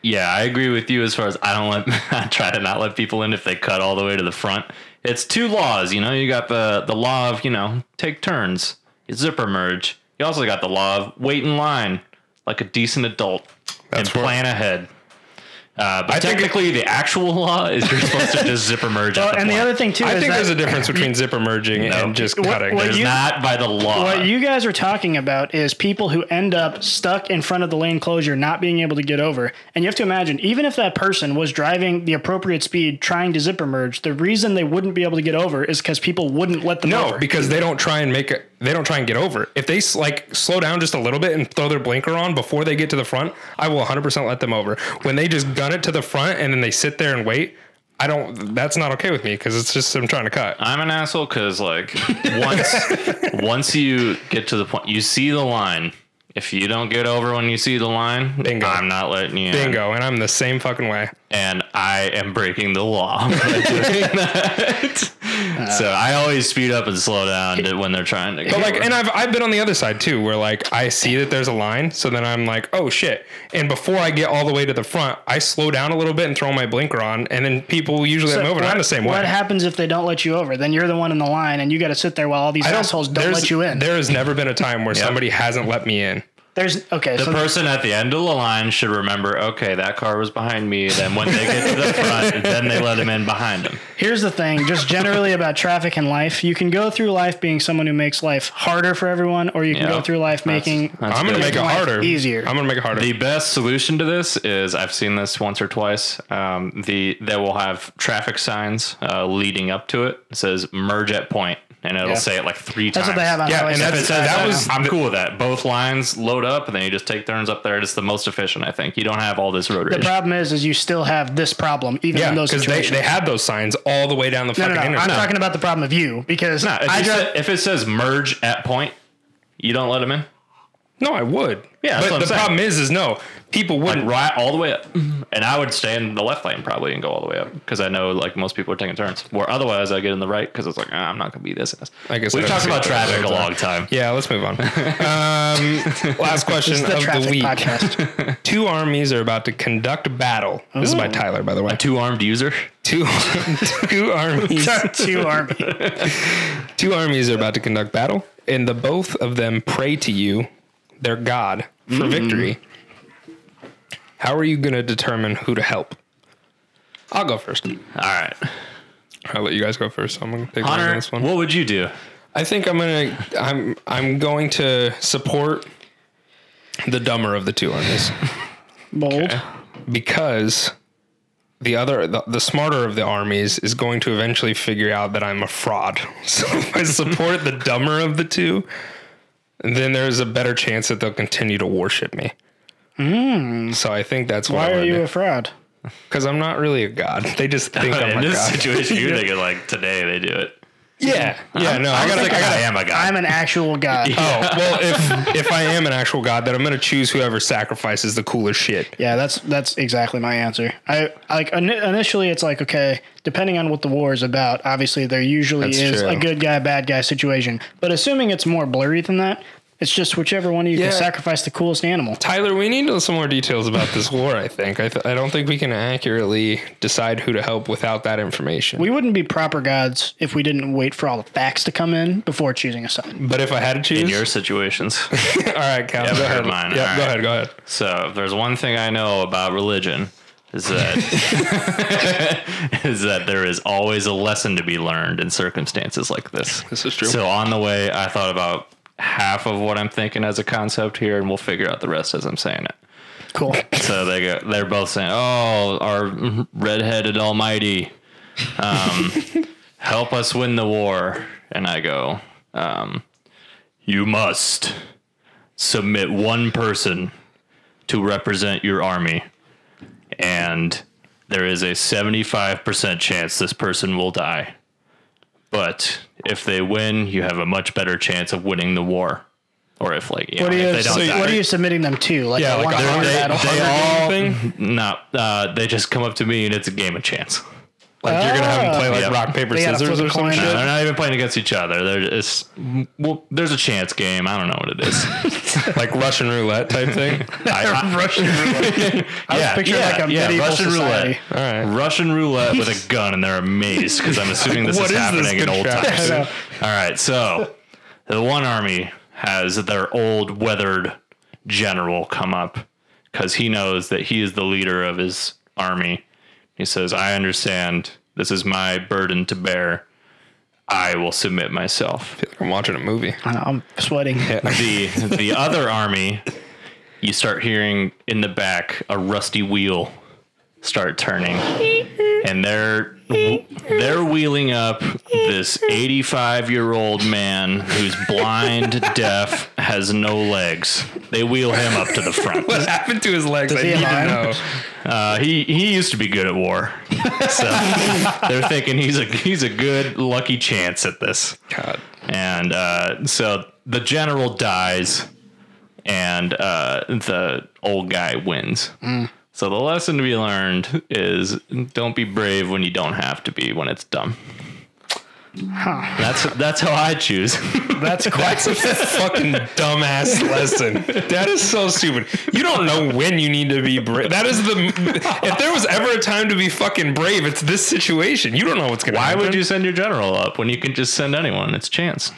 Yeah, I agree with you as far as I don't let I try to not let people in if they cut all the way to the front. It's two laws, you know. You got the the law of you know take turns, you zipper merge. You also got the law of wait in line like a decent adult
That's
and
where-
plan ahead. Uh, but
I think-
technically, the actual law is you're supposed to just zipper merge. at
Well,
the
and the
point.
other thing too
I
is
think
that
there's a difference between zipper merging and just
What-
cutting.
what
There's-
you-
not by the law.
What you guys are talking about is people who end up stuck in front of the lane closure, not being able to get over. And you have to imagine, even if that person was driving the appropriate speed, trying to zipper merge, the reason they wouldn't be able to get over is because people wouldn't let them
no,
over.
because they don't try and make it. They don't try and get over. If they s- like slow down just a little bit and throw their blinker on before they get to the front, I will 100% let them over. When they just gun it to the front and then they sit there and wait, I don't. That's not okay with me because it's just I'm trying to cut.
Uh,
I'm an asshole because like once once you get to the point, you see the line. If you don't get over when you see the line,
Bingo.
I'm not letting you. in.
Bingo, and I'm the same fucking way.
And I am breaking the law. by doing that. so I always speed up and slow down to- when they're trying to. Go
But like,
over.
and I've I've been on the other side too, where like I see that there's a line, so then I'm like, oh shit! And before I get all the way to the front, I slow down a little bit and throw my blinker on, and then people usually
So
I'm over. and I'm the same
What
way.
happens if they don't let you over? Then you're the one in the line, and you got to sit there while all these
I
assholes don't
there's-
let you in.
There has never been a time where somebody hasn't let me in.
There's okay.
the
so
person at the end of the line should remember, okay, that car was behind me. Then when they get to the front, then they let him in behind him.
Here's the thing, just generally about traffic and life. You can go through life being someone who makes life harder for everyone, or you can
Yeah.
go through life making.
That's
I'm gonna
good.
make it
Life
harder.
easier.
I'm gonna make it harder.
The best solution to this is I've seen this once or twice. Um, the they will have traffic signs uh, leading up to it. It says merge at point, and it'll
Yeah.
say it like three
That's what
times.
they have on
Yeah,
highway
and
safety
that's-
signs
that
right
was-
now.
I'm cool with that. Both lines load up, and then you just take turns up there. It's the most efficient, I think. You don't have all this road
The
rage.
problem is, is you still have this problem even
yeah,
in those
because they,
situations.
they had those signs all the way down the
no,
fucking
no, no. I'm
intersection.
talking about the problem of you because
No, if,
I
you
drive.
sa- if it says merge at point, you don't let them in.
No, I would.
Yeah,
but
that's what I'm
the
saying.
problem is, is no people wouldn't.
Right all the way up, and I would stay in the left lane probably and go all the way up because I know like most people are taking turns. Where otherwise I get in the right because it's like ah, I'm not gonna be this. and this.
I guess I
we've
don't
talked
see
about
it that way
traffic a
all the
long time.
yeah, let's move on. Um, last question
the
of the
traffic
week.
podcast.
Two armies are about to conduct battle. This is by Tyler, by the way.
Two armed user.
Two two armies
Two army.
two armies are about to conduct battle, and the both of them pray to you, their god, for victory. How are you going to determine who to help? I'll go first.
All right,
I'll let you guys go first. I'm going to take the lead on
Hunter.
this one.
What would you do?
I think I'm gonna I'm I'm going to support the dumber of the two armies
Bold.
because the other the, the smarter of the armies is going to eventually figure out that I'm a fraud. So if I support the dumber of the two, then there's a better chance that they'll continue to worship me. So I think that's what
Hmm. Why
I'm
are
gonna
you
do.
a fraud?
because I'm not really a god. They just think I'm
in
a
this
Oh god.
situation, you're thinking like today they do it.
Yeah, yeah. No, I
I
gotta.
think
I
I
gotta.
am a guy.
I'm an actual guy.
Oh well, if if I am an actual god, then I'm gonna choose whoever sacrifices the coolest shit.
Yeah, that's that's exactly my answer. I like in, initially it's like okay, depending on what the war is about, obviously there usually
That's
is
true.
a good guy bad guy situation. But assuming it's more blurry than that, it's just whichever one of you
Yeah.
can sacrifice the coolest animal.
Tyler, we need to know some more details about this war. I think I, th- I don't think we can accurately decide who to help without that information.
We wouldn't be proper gods if we didn't wait for all the facts to come in before choosing a son.
but if I had to choose,
In your situations.
all right, Cal, go
but
ahead.
mine,
yeah,
all
go
right.
ahead, go ahead.
So if there's one thing I know about religion is that is that there is always a lesson to be learned in circumstances like this.
This is true.
So on the way, I thought about half of what I'm thinking as a concept here, and we'll figure out the rest as I'm saying it.
Cool.
So they go, they're both saying, "Oh, our redheaded Almighty, um, help us win the war," and I go, um, "You must submit one person to represent your army, and there is a 75% chance this person will die. But if they win, you have a much better chance of winning the war. Or if like you
What
know,
are you,
if they don't
so
die,
what are you submitting them to? Like,
Yeah,
I
like
want
a
to
hundred-
battle.
they- they all- thing?
no, uh, they just come up to me and it's a game of chance.
Like you're gonna have him play like
Yeah.
rock paper
They gotta
scissors
flip
or
a
some
coin.
shit.
No, they're not even playing against each other. They're just well, there's a chance game. I don't know what it is.
like Russian roulette type thing.
Russian roulette. yeah,
picturing
yeah,
like a
yeah,
medieval
Russian
society.
roulette. Russian roulette with a gun, and they're amazed because I'm assuming this
What
is
is this
happening in old
contraption?
times.
I know.
All right, so the one army has their old weathered general come up because he knows that he is the leader of his army. He says, "I understand. This is my burden to bear. I will submit myself."
I'm watching a movie.
I'm sweating.
the the other army, you start hearing in the back a rusty wheel start turning, and they're they're wheeling up this 85 year old man who's blind, deaf, has no legs. They wheel him up to the front.
What happened to his legs? I
he
need to
have
know.
Uh, he he used to be good at war, so they're thinking he's a he's a good lucky chance at this.
God.
And uh, so the general dies, and uh, the old guy wins.
Mm.
So the lesson to be learned is don't be brave when you don't have to be when it's dumb. That's that's how I choose.
That's quite.
That's a fucking dumbass lesson. That is so stupid. You don't know when you need to be brave. That is the. If there was ever a time to be fucking brave, it's this situation. You don't know what's gonna.
Why
happen.
would you send your general up when you can just send anyone? It's chance.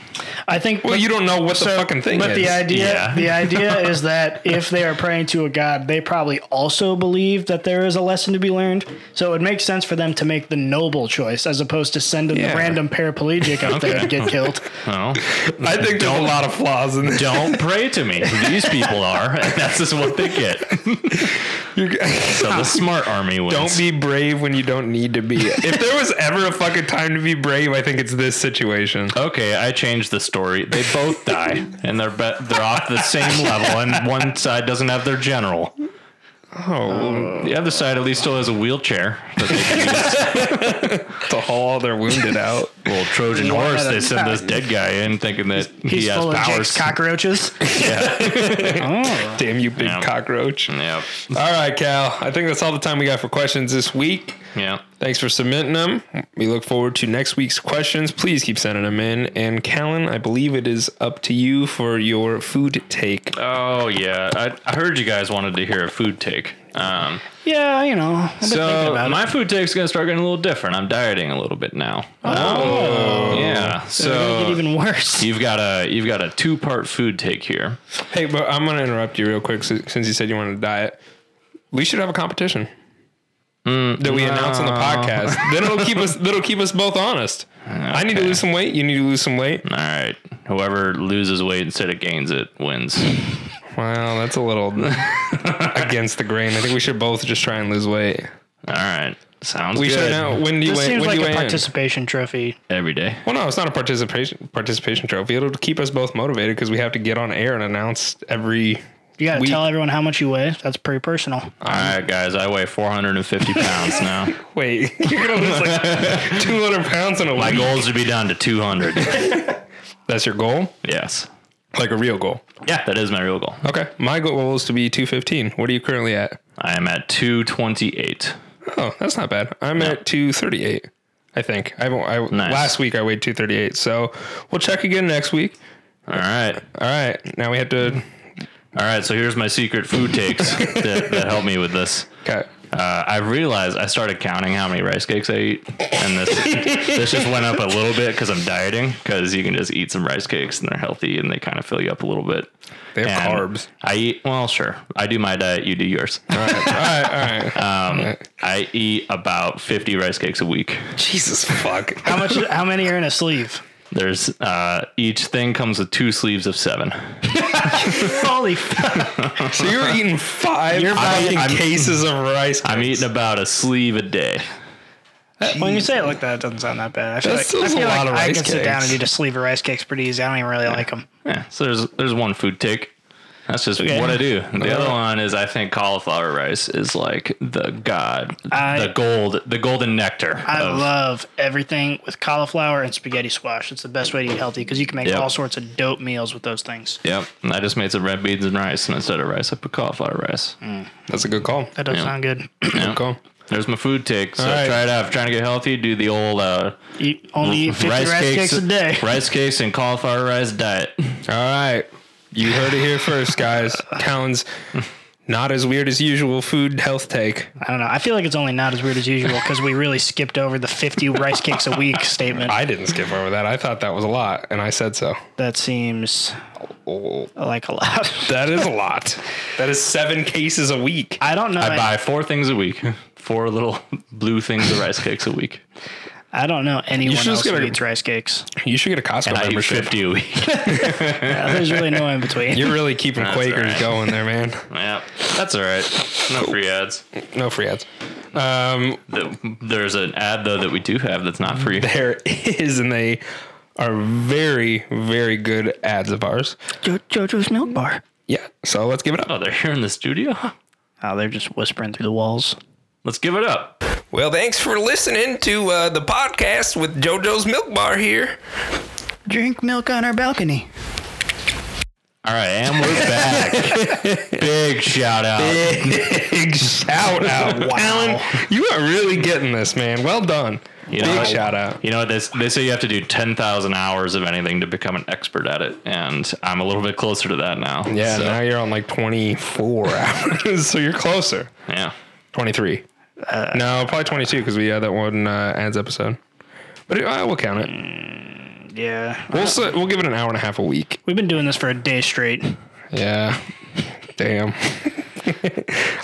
I think.
Well, you don't know what the
So,
fucking thing
but
is.
the idea,
Yeah.
the idea is that if they are praying to a god, they probably also believe that there is a lesson to be learned. So it would make sense for them to make the noble choice as opposed to sending
Yeah.
the random paraplegic up there to get killed.
Oh,
I think there's a lot of flaws in this.
don't pray to me. These people are, and that's just what they get.
You're-
So the smart army wins.
Don't be brave when you don't need to be. If there was ever a fucking time to be brave, I think it's this situation.
Okay, I changed the story. They both die, and they're be- they're off the same level, and one side doesn't have their general. Uh,
Oh,
The other side at least still has a wheelchair. That they can use.
to haul all their wounded out.
Little Trojan
One
horse.
at a
They send this
time.
dead guy in, thinking that
He's
he has
full of Jake's
powers.
cockroaches.
yeah.
Damn you, big
Yeah.
cockroach.
yeah,
All right, Cal. I think that's all the time we got for questions this week.
yeah.
Thanks for submitting them. We look forward to next week's questions. Please keep sending them in. And Callan, I believe it is up to you for your food take.
Oh yeah. I, I heard you guys wanted to hear a food take. Um,
yeah, you know. I've been thinking
so
about
Oh, my food take's gonna start getting a little different. I'm dieting a little bit now.
Oh. it.
yeah.
It'll
So
get even worse.
you've got a you've got a two part food take here.
Hey, but I'm going to interrupt you real quick si- since you said you wanted to diet. We should have a competition
Mm,
that we announce on the podcast. then it'll keep us. That'll keep us both honest. I need to lose some weight. You need to lose some weight.
All right. Whoever loses weight instead of gains it wins.
Well, that's a little against the grain. I think we should both just try and lose weight.
All right. Sounds
We
good.
should know when do you
This
weigh,
seems
when
like
do you
a
weigh in?
participation trophy.
Every day.
Well, no, it's not a participation participation trophy. It'll keep us both motivated because we have to get on air and announce every
You got to
We-
tell everyone how much you weigh. That's pretty personal.
All right, guys, I weigh 450 pounds now.
Wait, you're gonna lose like 200 pounds in a
My
week.
goal is to be down to 200.
That's your goal,
yes.
like a real goal.
Yeah, that is my real goal.
Okay, my goal is to be 215. What are you currently at?
I am at 228.
Oh, that's not bad. I'm at 238. I think I haven't. I,
Nice.
Last week I weighed 238, so we'll check again next week.
All right.
All right, now we have to.
All right, so here's my secret food takes that, that helped me with this.
Okay,
Uh, I realized I started counting how many rice cakes I eat, and this this just went up a little bit because I'm dieting. Because you can just eat some rice cakes and they're healthy and they kind of fill you up a little bit.
they have
And
carbs.
I eat well, sure. I do my diet. You do yours. Um,
all right, all right.
I eat about 50 rice cakes a week.
Jesus fuck.
How much? how many are in a sleeve?
There's uh, each thing comes with two sleeves of seven.
Holy fuck!
So you're eating 5 fucking
I'm-
cases of rice.
I'm eating about a sleeve a day.
When you say it like that, it doesn't sound that bad. I feel
That
like, I,
sounds
feel
a
like
lot of
I
rice
can sit down and
cakes.
eat a sleeve of rice cakes pretty easy. I don't even really like 'em.
Yeah. So there's there's one food take. That's just what I do. The other one is I think cauliflower rice is like the god,
I-
the gold, the golden nectar.
I
of-
love everything with cauliflower and spaghetti squash. It's the best way to eat healthy because you can make
Yep.
all sorts of dope meals with those things.
Yep. And I just made some red beans and rice, and instead of rice, I put cauliflower rice.
Mm.
That's a good call.
That does sound good.
Yeah.
Good call.
There's my food take. So
All right.
try it out. If you're trying to get healthy, do the old uh,
eat, only eat 50 rice, cakes, a day.
rice cakes and cauliflower rice diet.
All right. You heard it here first, guys. Cowan's not as weird as usual food health take.
I don't know. I feel like it's only not as weird as usual because we really skipped over the 50 rice cakes a week statement.
I didn't skip over that. I thought that was a lot, and I said so.
That seems like a lot.
That is a lot. That is seven cases a week.
I don't know.
I buy four things a week, four little blue things of rice cakes a week.
I don't know anyone
should
else
just get
who
a-
eats rice cakes.
You should get a Costco
I eat
membership.
50 a week.
There's really no in between.
You're really keeping
That's
Quakers
all right.
going there, man.
Yeah, that's all right. No free ads.
No free ads. Um,
The- There's an ad though that we do have that's not free.
there is, and they are very, very good ads of ours.
Jo- JoJo's Milk Bar.
Yeah. So let's give it up.
Oh, they're here in the studio.
Oh, they're just whispering through the walls.
Let's give it up.
Well, thanks for listening to uh, the podcast with JoJo's Milk Bar here.
Drink milk on our balcony.
All right, and we're back. Big shout out.
Big shout out. wow. Alan, you are really getting this, man. Well done.
You
Big
know,
shout out.
You know what they, s- they say you have to do ten thousand hours of anything to become an expert at it, and I'm a little bit closer to that now.
Yeah,
So,
now you're on like 24 hours, so you're closer.
yeah.
23. no, probably 22 because we had that one uh, ads episode. But it, uh, we'll count it.
Yeah.
We'll s we'll give it an hour and a half a week.
We've been doing this for a day straight.
Yeah. Damn. All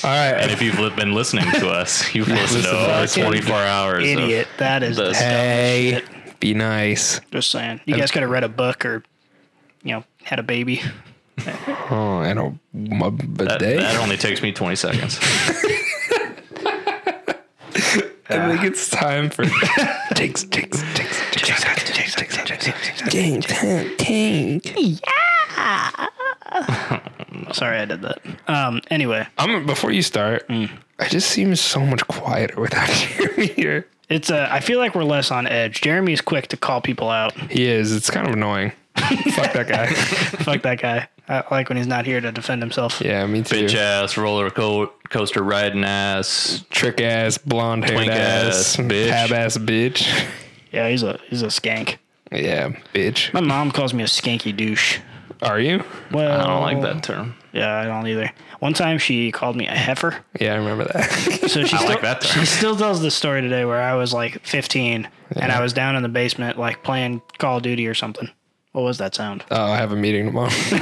right.
And if you've li- been listening to us, you've listened to over
Fucking
24 hours. of-
Idiot. That is
This-
dumb.
Hey, be nice.
Just saying. You guys could have read a book or, you know, had a baby.
Oh, and a, a
that,
bidet.
that only takes me 20 seconds.
I think it's time for takes takes takes
Sorry I did that. Um. Anyway,
I'm before you start. I just seem so much quieter without Jeremy here.
it's uh, I feel like we're less on edge. Jeremy's quick to call people out.
He is. It's kind of annoying. Fuck that guy.
Fuck that guy. I like when he's not here to defend himself.
Yeah, me too.
Bitch ass, roller co- coaster riding ass.
Trick ass, blonde haired
Twink
ass,
ass, bitch.
tab ass bitch.
Yeah, he's a he's a skank.
Yeah, bitch.
My mom calls me a skanky douche.
Are you?
Well,
I don't like that term.
Yeah, I don't either. One time she called me a heifer.
Yeah, I remember that.
So she still,
like that term.
she still tells the story today where I was like 15 and I was down in the basement like playing Call of Duty or something. What was that sound?
oh, I have a meeting tomorrow.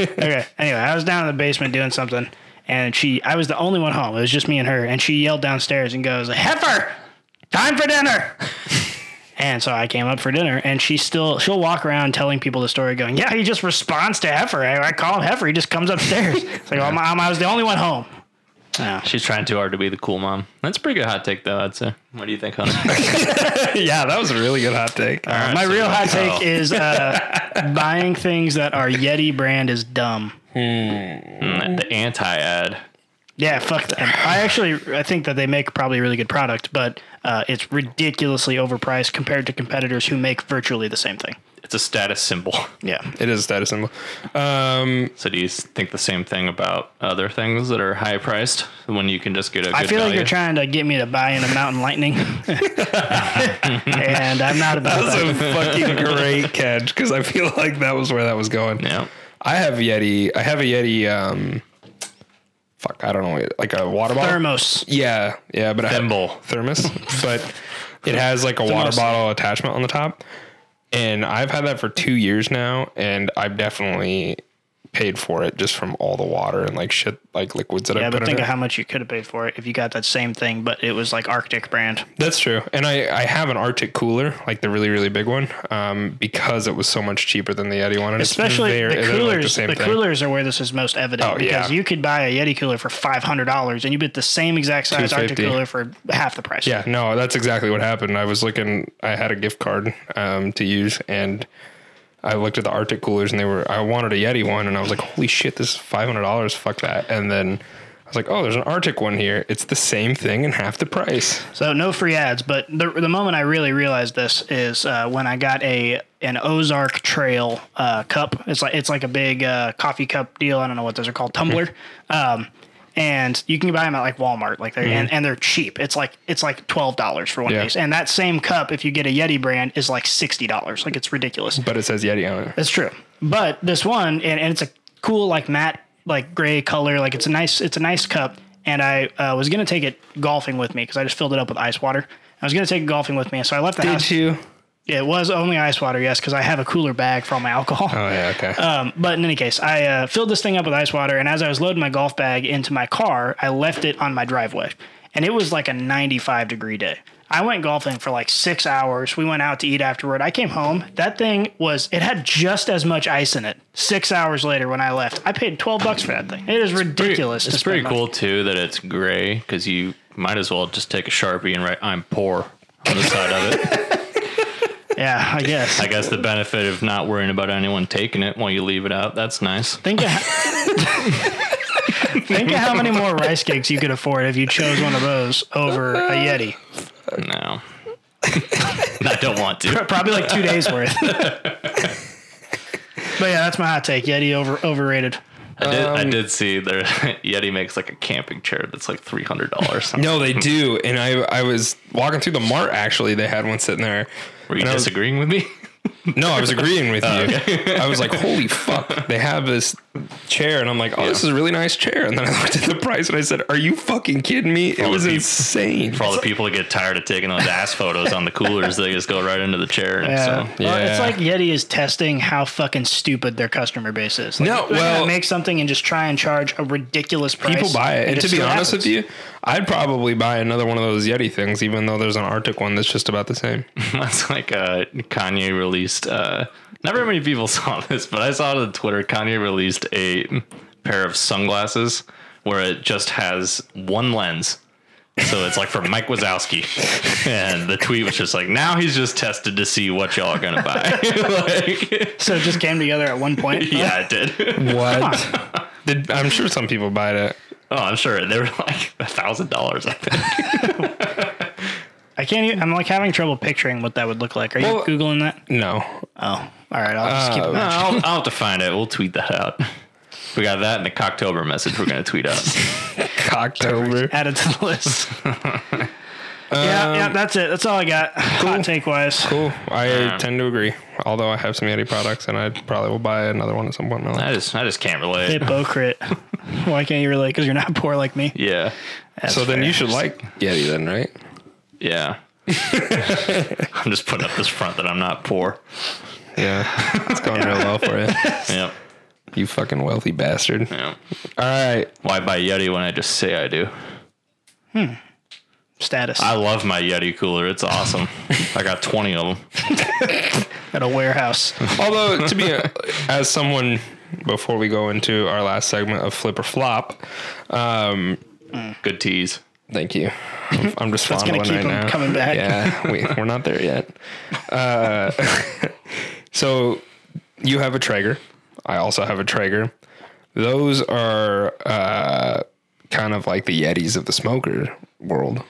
okay. Anyway, I was down in the basement doing something, and she, I was the only one home. It was just me and her, and she yelled downstairs and goes, "Heifer, time for dinner." and so I came up for dinner, and she still, she'll walk around telling people the story, going, "Yeah, he just responds to Heifer. I, I call him Heifer. He just comes upstairs." it's like, well, Mom, I was the only one home. Ah.
She's trying too hard to be the cool mom. That's a pretty good hot take, though. I'd say. What do you think, Hunter?
yeah, that was a really good hot take.
All right,
My
so
real
let's
hot
go.
take is uh, buying things that are Yeti brand is dumb.
Mm, the anti ad.
Yeah, fuck them. I actually I think that they make probably a really good product, but uh, it's ridiculously overpriced compared to competitors who make virtually the same thing.
It's a status symbol.
Yeah.
It is a status symbol. Um,
So do you s- think the same thing about other things that are high priced when you can just get a good
I feel like
value?
you're trying to get me to buy into Mountain Lightning, and I'm not about
that's
that.
a fucking great catch because I feel like that was where that was going.
Yeah.
I have Yeti. I have a Yeti. Um, fuck, I don't know, like a water bottle.
Thermos.
Yeah, yeah, but I-
Thimble.
thermos, but it has like a water bottle attachment on the top, and I've had that for two years now, and I've definitely paid for it just from all the water and like shit, like liquids that I
Yeah,
put
but
in
think
it.
of how much you could have paid for it if you got that same thing, but it was like Arctic brand.
That's true, and I I have an Arctic cooler, like the really really big one, um, because it was so much cheaper than the Yeti one, and it's
Especially
very-
the
they're, like,
coolers.
same
the
thing.
coolers are where this is most evident
Oh,
because
yeah.
you could buy a Yeti cooler for five hundred dollars and you get the same exact size Arctic
250.
cooler for half the price.
Yeah, no, that's exactly what happened. I was looking, I had a gift card um, to use, and I looked at the Arctic coolers, and they were, I wanted a Yeti one, and I was like, holy shit, this is $500, fuck that. And then I was like, oh, there's an Arctic one here. It's the same thing and half the price.
So no free ads, but the, the moment I really realized this is uh, when I got a an Ozark Trail uh, cup. It's like it's like a big uh, coffee cup deal. I don't know what those are called,
Mm-hmm.
tumbler. um, and you can buy them at like Walmart, like they're and, and they're cheap. It's like it's like twelve dollars for one
Mm-hmm. Yeah.
of these. And that same cup, if you get a Yeti brand, is like sixty dollars. Like it's ridiculous.
But it says Yeti on it.
That's true. But this one, and, and it's a cool like matte like gray color. Like it's a nice it's a nice cup. And I uh, was gonna take it golfing with me because I just filled it up with ice water. I was gonna take it golfing with me, so I left the house.
you?
Yeah, It was only ice water, yes, because I have a cooler bag for all my alcohol.
Oh, yeah, okay.
Um, but in any case, I uh, filled this thing up with ice water, and as I was loading my golf bag into my car, I left it on my driveway, and it was like a 95 degree day. I went golfing for like six hours. We went out to eat afterward. I came home. That thing was it had just as much ice in it. Six hours later, when I left, I paid 12 bucks for that thing. It is ridiculous. to
It's pretty
spend money.
cool too that it's gray because you might as well just take a sharpie and write "I'm poor" on the side of it.
Yeah, I guess.
I guess the benefit of not worrying about anyone taking it while you leave it out. That's nice.
Think of how, think of how many more rice cakes you could afford if you chose one of those over a Yeti.
No, I don't want to.
probably like two days worth. but yeah, that's my hot take. Yeti over overrated.
I did, I did see there Yeti makes like a camping chair that's like three hundred dollars.
no, they do. And I, I was walking through the mart, actually, they had one sitting there.
Were you
And I was-
disagreeing with me?
No, I was agreeing with you. I was like, holy fuck, they have this chair. And I'm like, oh, this is a really nice chair. And then I looked at the price and I said, are you fucking kidding me? It
all
was
the people-
insane.
For all the people that get tired of taking those ass photos on the coolers, they just go right into the chair. And
Yeah.
So
Well,
Yeah.
it's like Yeti is testing how fucking stupid their customer base is. Like,
No,
they're gonna
well-
make something and just try and charge a ridiculous price.
People buy it. And to
just
be
see what
honest
happens.
with you, I'd probably buy another one of those Yeti things, even though there's an Arctic one that's just about the same.
That's like uh, Kanye released. Uh, never many people saw this, but I saw it on Twitter. Kanye released a pair of sunglasses where it just has one lens. So it's like from Mike Wazowski, and the tweet was just like, "Now he's just tested to see what y'all are gonna buy." like,
so it just came together at one point.
yeah, it did.
What? Did, I'm sure some people buy it.
Oh, I'm sure they were like a thousand dollars. I think.
I can't. Even, I'm like having trouble picturing what that would look like. Are you
Well-
googling that?
No.
Oh, all right. I'll just keep it.
Uh, I'll, I'll have to find it. We'll tweet that out. We got that in the Cocktober message. We're gonna tweet out.
Cocktober.
Add it to the list. yeah, yeah, that's it. That's all I got. Hot take wise.
Um, Cool. I tend to agree. Although I have some Yeti products and I probably will buy another one at some point in my life.
I just, I just can't relate.
Hypocrite. Why can't you relate? Because you're not poor like me.
Yeah.
So then you should like Yeti then, right?
Yeah. I'm just putting up this front that I'm not poor.
Yeah. It's going real well for you.
Yep.
You fucking wealthy bastard. All
Yep.
right.
Why buy Yeti when I just say I do?
status
I love my Yeti cooler. It's awesome. I got 20 of them.
at a warehouse.
Although to be as someone before we go into our last segment of flip or flop, um,
Good tease.
Thank you. I'm, I'm just
That's gonna
fondling
keep
right
them
now.
coming back.
Yeah, we, we're not there yet. Uh, so you have a Traeger. I also have a Traeger. Those are uh, kind of like the Yetis of the smoker world.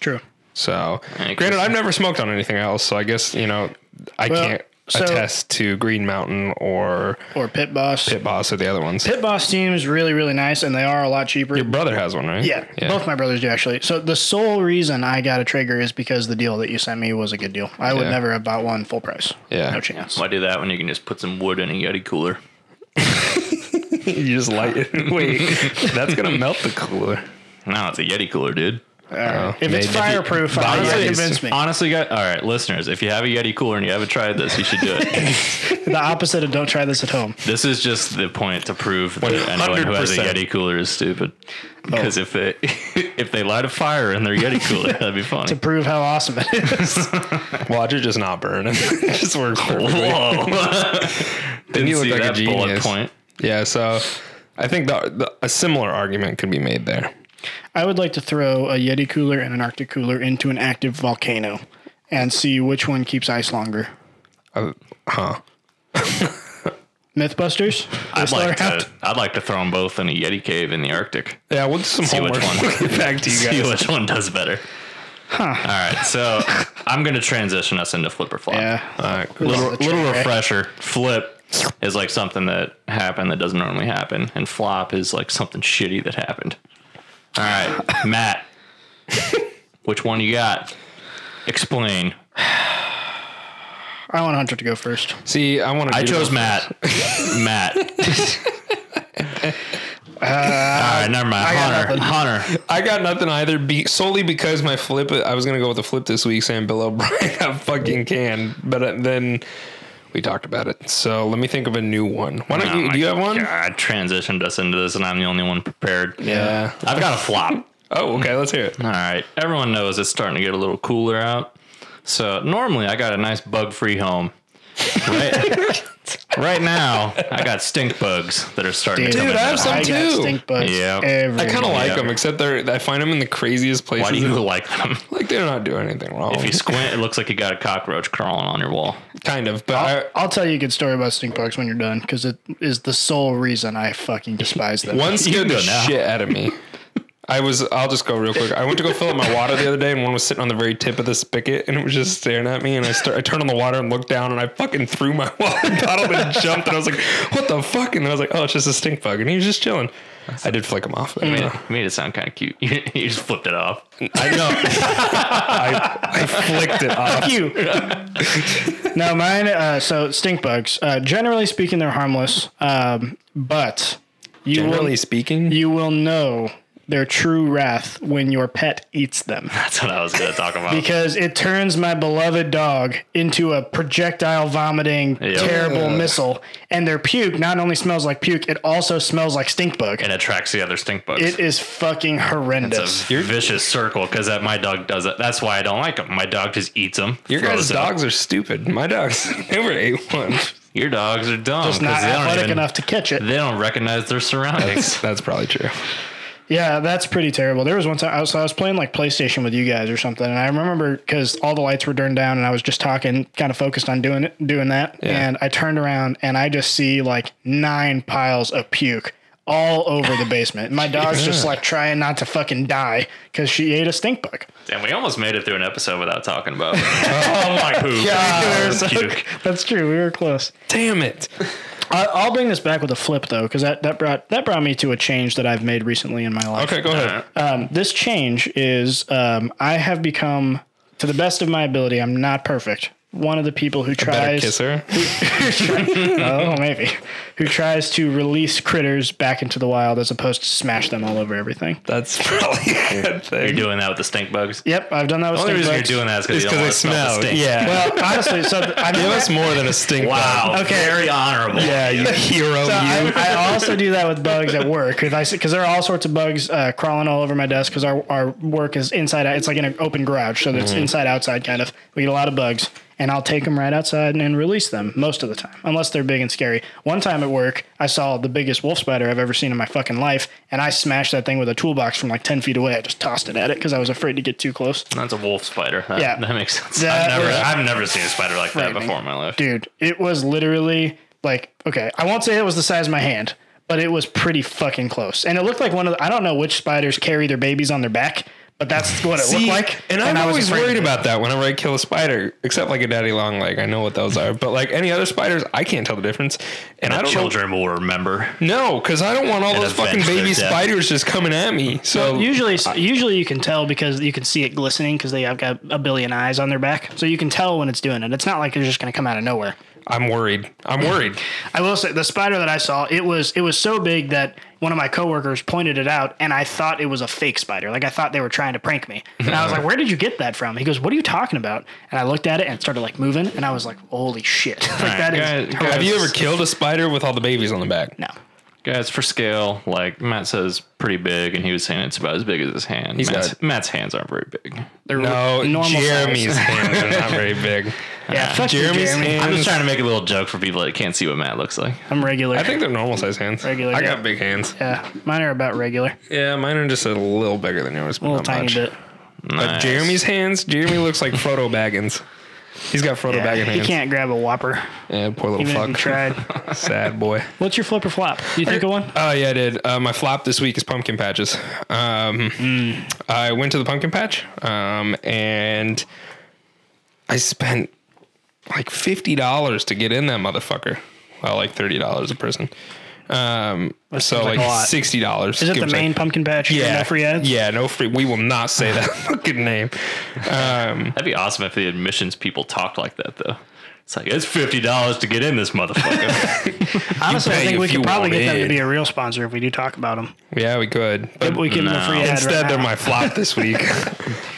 True.
So,
Yeah, 'cause-
granted, I've never smoked on anything else, so I guess you know I
Well,
can't
so-
attest to Green Mountain or
Or Pit Boss.
Pit Boss or the other ones.
Pit Boss team is really, really nice, and they are a lot cheaper.
Your brother has one, right?
Yeah, both my brothers do actually. So the sole reason I got a Traeger is because the deal that you sent me was a good deal. I would
Yeah.
never have bought one full price.
Yeah.
no chance.
Why do that when you can just put some wood in a Yeti cooler?
you just light it. Wait, that's gonna melt the cooler.
No, it's a Yeti cooler, dude.
Oh,
If
maybe.
it's fireproof, I don't know,
Honestly,
convince me.
Honestly, guys, all right, listeners, if you have a Yeti cooler and you haven't tried this, you should do it.
The opposite of don't try this at home.
this is just the point to prove that anyone who has a
100%.
Yeti cooler is stupid.
Oh.
Because if they if they light a fire in their Yeti cooler, that'd be funny.
Prove how awesome it is.
Watch it just not burn. it just works perfectly.
Whoa!
Didn't you
See
look like a
that bullet
genius?
point?
Yeah, so I think the, the, a similar argument could be made there.
I would like to throw a Yeti cooler and an Arctic cooler into an active volcano and see which one keeps ice longer.
Uh, huh.
Mythbusters.
I'd
This
like
round?
to. I'd like to throw them both in a Yeti cave in the Arctic.
Yeah, we'll do some
See which
homework.
one.
We'll get back to you
See
guys.
which one does better. All right, so I'm going to transition us into flip or flop.
Yeah.
All right, cool.
Little,
This is a
little
trick, right?
refresher. Flip is like something that happened that doesn't normally happen, and flop is like something shitty that happened. All right, Matt, which one you got? Explain.
I want Hunter to go first.
See, I want to.
I chose Matt. Matt.
Uh,
All right, never mind. Hunter. Hunter.
I got nothing either. Be, solely because my flip. I was gonna go with the flip this week, saying Bill O'Brien. I fucking can, but uh, then we talked about it. So let me think of a new one. Why don't
Oh
you?
my
Do you have one?
God, transitioned us into this, and I'm the only one prepared.
Yeah.
I've got a flop.
Oh, okay. Let's hear it.
All right. Everyone knows it's starting to get a little cooler out. So normally I got a nice bug free home. Right, right now I got stink bugs that are starting
Dude,
to come in.
I have
now.
some-
I got
too.
stink bugs.
Yeah.
every
I kind of
day.
like
Yeah.
them, except they're. I find them in the craziest places.
Why do you like them?
like they're not doing anything wrong.
If you squint, it looks like you got a cockroach crawling on your wall.
kind of, but I,
I'll tell you a good story about stink bugs when you're done because it is the sole reason I fucking despise them.
One scared the
go now.
shit out of me. I was. I'll just go real quick. I went to go fill up my water the other day, and one was sitting on the very tip of the spigot, and it was just staring at me. And I start. I turned on the water and looked down, and I fucking threw my water bottle and jumped. And I was like, "What the fuck?" And I was like, "Oh, it's just a stink bug," and he was just chilling. I did flick him off. Though,
You
yeah.
made, you made it sound kind of cute. You, you just flipped it off.
I know. I, I flicked it off.
you. no, mine. Uh, so stink bugs. Uh, generally speaking, they're harmless, um, but you
Generally
will
speaking,
you will know their true wrath when your pet eats them
That's what I was going to talk about.
because it turns my beloved dog into a projectile vomiting
Yep.
terrible
Ugh.
missile, and their puke not only smells like puke, it also smells like stink bug.
it attracts the other stink bugs.
It is fucking horrendous.
it's a vicious circle because that my dog does it. That's why I don't like him. My dog just eats them.
your guys' dogs are stupid. My dogs, they were eight one.
Your dogs are dumb.
It's not
'cause they don't
athletic
even-
enough to catch it.
They don't recognize their surroundings.
That's probably true.
Yeah, that's pretty terrible. There was one time I was, so I was playing like PlayStation with you guys or something, and I remember because all the lights were turned down, and I was just talking, kind of focused on doing it, doing that, and I turned around and I just see like nine piles of puke all over the basement. My dog's just like trying not to fucking die because she ate a stink bug.
and we almost made it through an episode without talking about. oh my poop. Puke.
That's true. We were close.
Damn it.
I, I'll bring this back with a flip though, because that that brought that brought me to a change that I've made recently in my life.
Okay, go ahead.
um, this change is um, I have become, to the best of my ability, I'm not perfect. One of the people who
Better
tries,
kiss her.
oh maybe, who tries to release critters back into the wild as opposed to smash them all over everything.
That's probably a good thing.
You're doing that with the stink bugs.
Yep, I've done that with
The only
stink
reason
bugs.
you're doing that is because you don't want to smell, the stink.
Yeah.
Well, honestly, so th- I
Give
know
us more than a stink.
Wow.
Okay.
Very honorable.
Yeah, you hero. you.
So I, I also do that with bugs at work because there are all sorts of bugs uh, crawling all over my desk because our, our work is inside out. It's like in an open garage, so it's inside outside kind of. We get a lot of bugs, and I'll take them right outside and, and release them most of the time, unless they're big and scary. One time at work, I saw the biggest wolf spider I've ever seen in my fucking life, and I smashed that thing with a toolbox from like 10 feet away. I just tossed it at it because I was afraid to get too close.
That's a wolf spider. That,
Yeah.
that makes sense.
That
I've never,
was
I've never seen a spider like that
frightening.
before in my life.
Dude, it was literally like, okay, I won't say it was the size of my hand, but it was pretty fucking close. And it looked like one of the, I don't know which spiders carry their babies on their back, but that's what it
See,
looked like.
and I'm
I was
always
afraid of
worried
it.
about that whenever I kill a spider, except like a daddy long leg. I know what those are, but like any other spiders, I can't tell the difference. And I don't know-
Children will remember.
No, because I don't want all
And
those fucking
avenge their
baby
death.
spiders just coming at me. So
Usually, usually you can tell because you can see it glistening because they have got a billion eyes on their back, so you can tell when it's doing it. It's not like they're just going to come out of nowhere.
I'm worried. I'm worried.
I will say the spider that I saw, it was it was so big that one of my coworkers pointed it out, and I thought it was a fake spider. Like I thought they were trying to prank me. And I was like, "Where did you get that from?" He goes, "What are you talking about?" And I looked at it and it started like moving, and I was like, "Holy shit!" like that is
guys- guys-
horrendous.
Have you ever killed a spider with all the babies on the back?
No.
Guys, for scale, like Matt says, pretty big, and he was saying it's about as big as his hand.
He's
Matt's,
got-
Matt's hands aren't very big.
They're
No,
normal size.
Jeremy's hands are not very big.
Yeah, fuck you,
Uh, Jeremy's
Jeremy.
hand-
I'm
Hands-
just trying to make a little joke for people that can't see what Matt looks like.
I'm regular.
I think they're normal size hands.
Regular,
I
yeah.
got big hands.
yeah, mine are about regular, a
Yeah, mine are just a little bigger than yours, but
little
not
tiny
much.
bit.
But
Nice.
Uh, Jeremy's hands, Jeremy looks like Frodo Baggins. He's got Frodo
Yeah,
Baggins
you
hands.
can't grab a whopper.
Yeah, poor little
Even if
fuck.
you tried.
Sad boy.
What's your flip or flop? Do you think of one?
Oh yeah, I did. Uh, my flop this week is pumpkin patches. Um,
Mm.
I went to the pumpkin patch, um, and I spent like fifty dollars to get in that motherfucker. Well, like thirty dollars a person. Um, so
seems like
like,
a lot.
sixty dollars.
Is it the main pumpkin patch? You
Yeah,
got no free ads?
yeah, no free. We will not say that fucking name.
That'd be awesome if the admissions people talked like that, though. It's like it's fifty dollars to get in this motherfucker.
Honestly, I
pay
think we
if
could
you
probably
want
get them to
in.
be a real sponsor if we do talk about them.
Yeah, we could, but
we give them a
No.
free ad.
instead
right
they're
now.
my flop this week.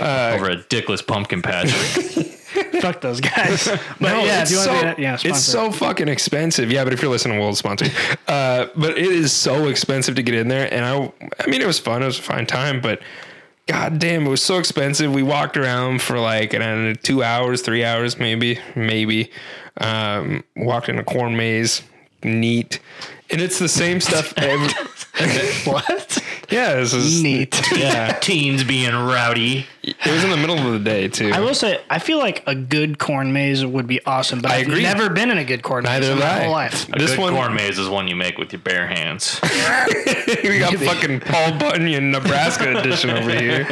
Over a dickless pumpkin patch.
fuck those guys. But
No,
yeah,
it's
if you want
so,
to be, a- yeah, sponsor.
it's so fucking expensive. Yeah, but if you're listening, we'll sponsor. you. Uh, but it is so expensive to get in there, and I, I mean, it was fun. It was a fine time, but god damn, it was so expensive. We walked around for like I don't know, two hours, three hours, maybe, maybe. Um, walked in a corn maze, neat, and it's the same stuff. Every,
what?
yeah, this is
Neat.
yeah, teens being rowdy.
It was in the middle of the day too.
I will say, I feel like a good corn maze would be awesome, but I
I
have
agree.
never been in a good corn maze
Neither
in
have
my
I.
whole life.
A
This
good
one-
corn maze is one you make with your bare hands.
we got fucking Paul Bunyan Nebraska edition over here.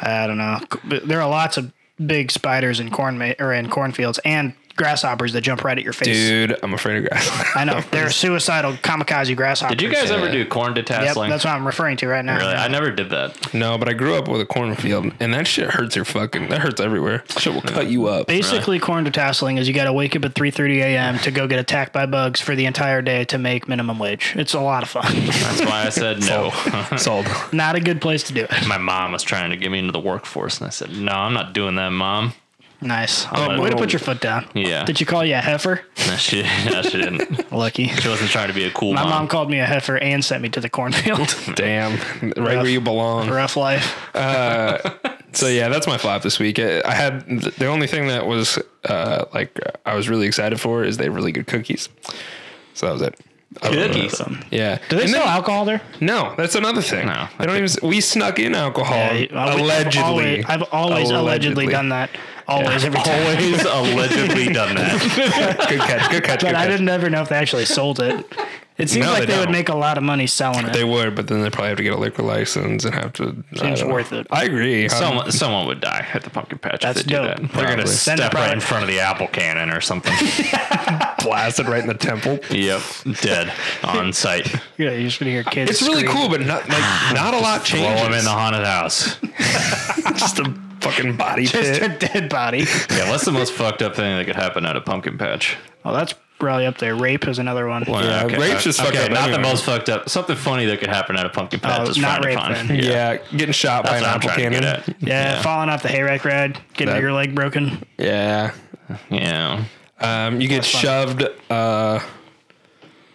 I don't know. But There are lots of big spiders in corn ma- or in cornfields and grasshoppers that jump right at your face.
Dude, I'm afraid of grass.
I know they're suicidal kamikaze grasshoppers.
Did you guys ever do corn
Yep,
detasseling?
that's what I'm referring to right now.
really, I never did that.
No, but I grew up with a cornfield, and that shit hurts your fucking. That hurts everywhere. Shit will cut you up.
Basically, corn detasseling is you got to wake up at 3:30 a.m. to go get attacked by bugs for the entire day to make minimum wage. It's a lot of fun.
That's why I said no.
Sold.
Not a good place to do it.
My mom was trying to get me into the workforce, and I said, "No, I'm not doing that, mom."
Nice. Way to put your foot down.
Yeah.
Did you call you a heifer?
No, she, no, she didn't.
Lucky.
She wasn't trying to be a cool
My
mom.
mom called me a heifer and sent me to the cornfield.
Damn, right where you belong.
Rough life.
So yeah, that's my flop this week. I I had the only thing that was uh, like I was really excited for is they have really good cookies. So that was it. I don't know what
Cookies?
else. Yeah.
Uh, Do they
And
sell
then-
alcohol there?
no, that's another thing.
No.
they don't even. We snuck in alcohol
I- I've
allegedly.
always- I've always allegedly, done that. Always, every time.
always allegedly done that.
Good catch. Good catch.
But
good
I
catch.
didn't ever know if they actually sold it. It seems
No,
like
they
they, would
don't.
make a lot of money selling it.
They would, but then they probably have to get a liquor license and have to. I
Seems
don't know.
worth it.
I agree. Um,
Someone, someone would die at the pumpkin patch
That's
if they
dope.
do that.
They're
gonna
send the
step right in
product-
front of the apple cannon or something.
blasted right in the temple.
yep, dead on site.
Yeah, you're just gonna hear kids.
It's really
scream.
cool, but not like not a lot
Throw
changes.
him in the haunted house.
just a fucking body
Just a
pit.
dead body.
Yeah, what's the most fucked up thing that could happen at a pumpkin patch?
Oh, that's probably up there. Rape is another one.
Yeah, rape's just fucked
okay,
up
Not the
anyway. Uh,
most fucked up. Something funny that could happen at a pumpkin patch
Oh,
is
not
frowned
rape
upon.
then.
Yeah,
Yeah, getting shot by
that's
an
what I'm
apple
trying to
cannon.
get at.
Yeah, falling off the hayride ride, getting
That-
your leg broken.
Yeah,
Yeah.
um, you get shoved. Uh,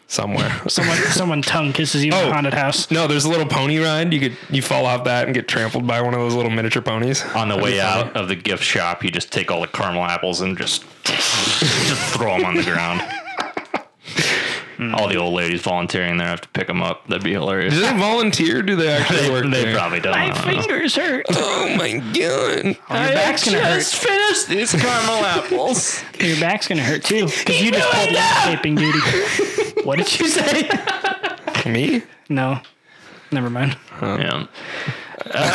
somewhere.
Someone someone tongue kisses you in
Oh.
a haunted house.
no, there's a little pony ride. You could you fall off that and get trampled by one of those little miniature ponies.
On the way out of the gift shop, you just take all the caramel apples and just just throw them on the ground. All the old ladies volunteering there have to pick them up. That'd be hilarious.
Do they volunteer? Do they actually
They,
work?
they
there?
probably don't. I
My
don't know.
fingers hurt.
Oh my god!
Your back's gonna hurt.
finished these caramel apples.
Your back's gonna hurt too because you just pulled landscaping duty. what did you say?
Me?
No, never mind.
yeah.
Uh-huh.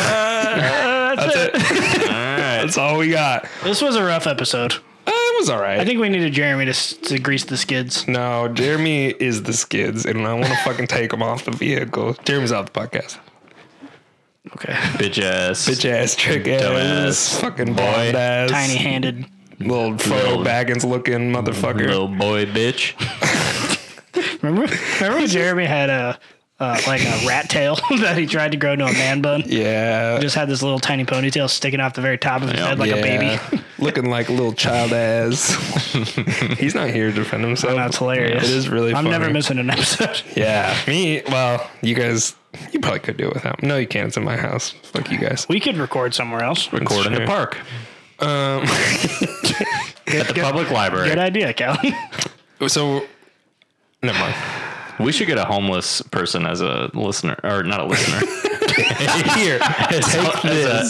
That's it. That's all we got.
This was a rough episode.
Uh, it was all right.
I think we needed Jeremy to, s- to grease the skids.
no, Jeremy is the skids, and I want to fucking take him off the vehicle. Jeremy's off the podcast.
Okay,
Bitch ass.
Bitch ass, trick ass,
Dumbass.
fucking boy, ass,
tiny handed.
little Frodo
Little-
Baggins looking motherfucker.
Little boy bitch.
Remember, remember when Jeremy had a uh, like a rat tail that he tried to grow to a man bun.
Yeah,
Just had this little tiny ponytail sticking off the very top of his
Yeah.
head like a
Yeah.
baby.
looking like a little child ass. He's not here to defend himself.
That's hilarious.
It is really.
I'm never
funny.
missing an episode.
Yeah, me. Well, you guys, you probably could do it without. No, you can't. It's in my house. Fuck you guys.
We could record somewhere else.
Record in the
true.
park.
Um,
At the public library.
Good idea, Callie.
so never mind.
We should get a homeless person as a listener, or not a listener,
Here,
as, as,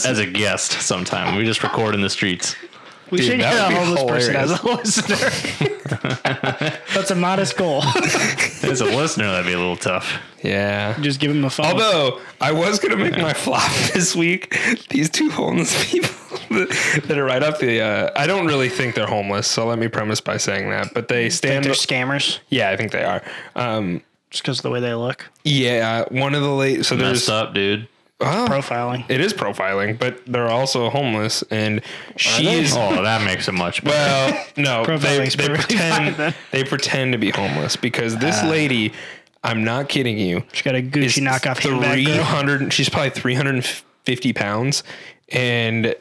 a, as a guest sometime. We just record in the streets.
We
Dude,
should
that
get a
would be
homeless person as
hilarious.
a listener. That's a modest goal.
As a listener, that'd be a little tough.
yeah.
Just give him a phone.
Although I was gonna make my flop this week, these two homeless people that that are right up the. Uh, I don't really think they're homeless, so let me premise by saying that. But they
Think
stand.
they're scammers
yeah, I think they are. Um,
just because of the way they look.
yeah, one of the late. So there's
Messed up, dude.
Profiling.
it is profiling, but they're also homeless, and she's.
Oh, that makes it much better.
Well, no, they,
Profiling's
they
perfectly fine
pretend
then.
they pretend to be homeless because
Ah.
this lady, I'm not kidding you,
She got a
is
Gucci knockoff
three
handbag. girl.
hundred. She's probably three hundred and fifty pounds, and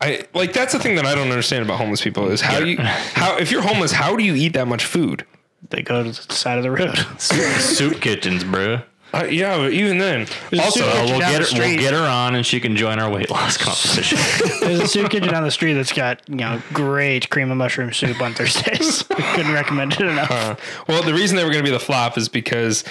I like that's the thing that I don't understand about homeless people is how you how if you're homeless, how do you eat that much food?
They go to the side of the road.
Soup kitchens, bro.
Uh, yeah, but even then, also
So
soup kitchen down
we'll get,
the
her, we'll
street.
get her on and she can join our weight loss competition.
There's a soup kitchen down the street that's got you know great cream of mushroom soup on Thursdays. Couldn't recommend it enough.
Well, the reason they were going to be the flop is because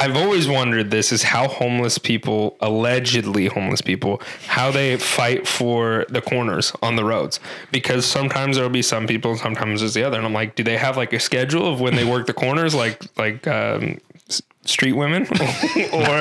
I've always wondered this is how homeless people, allegedly homeless people, how they fight for the corners on the roads. Because sometimes there'll be some people and sometimes there's the other. And I'm like, do they have like a schedule of when they work the corners like like um s- street women or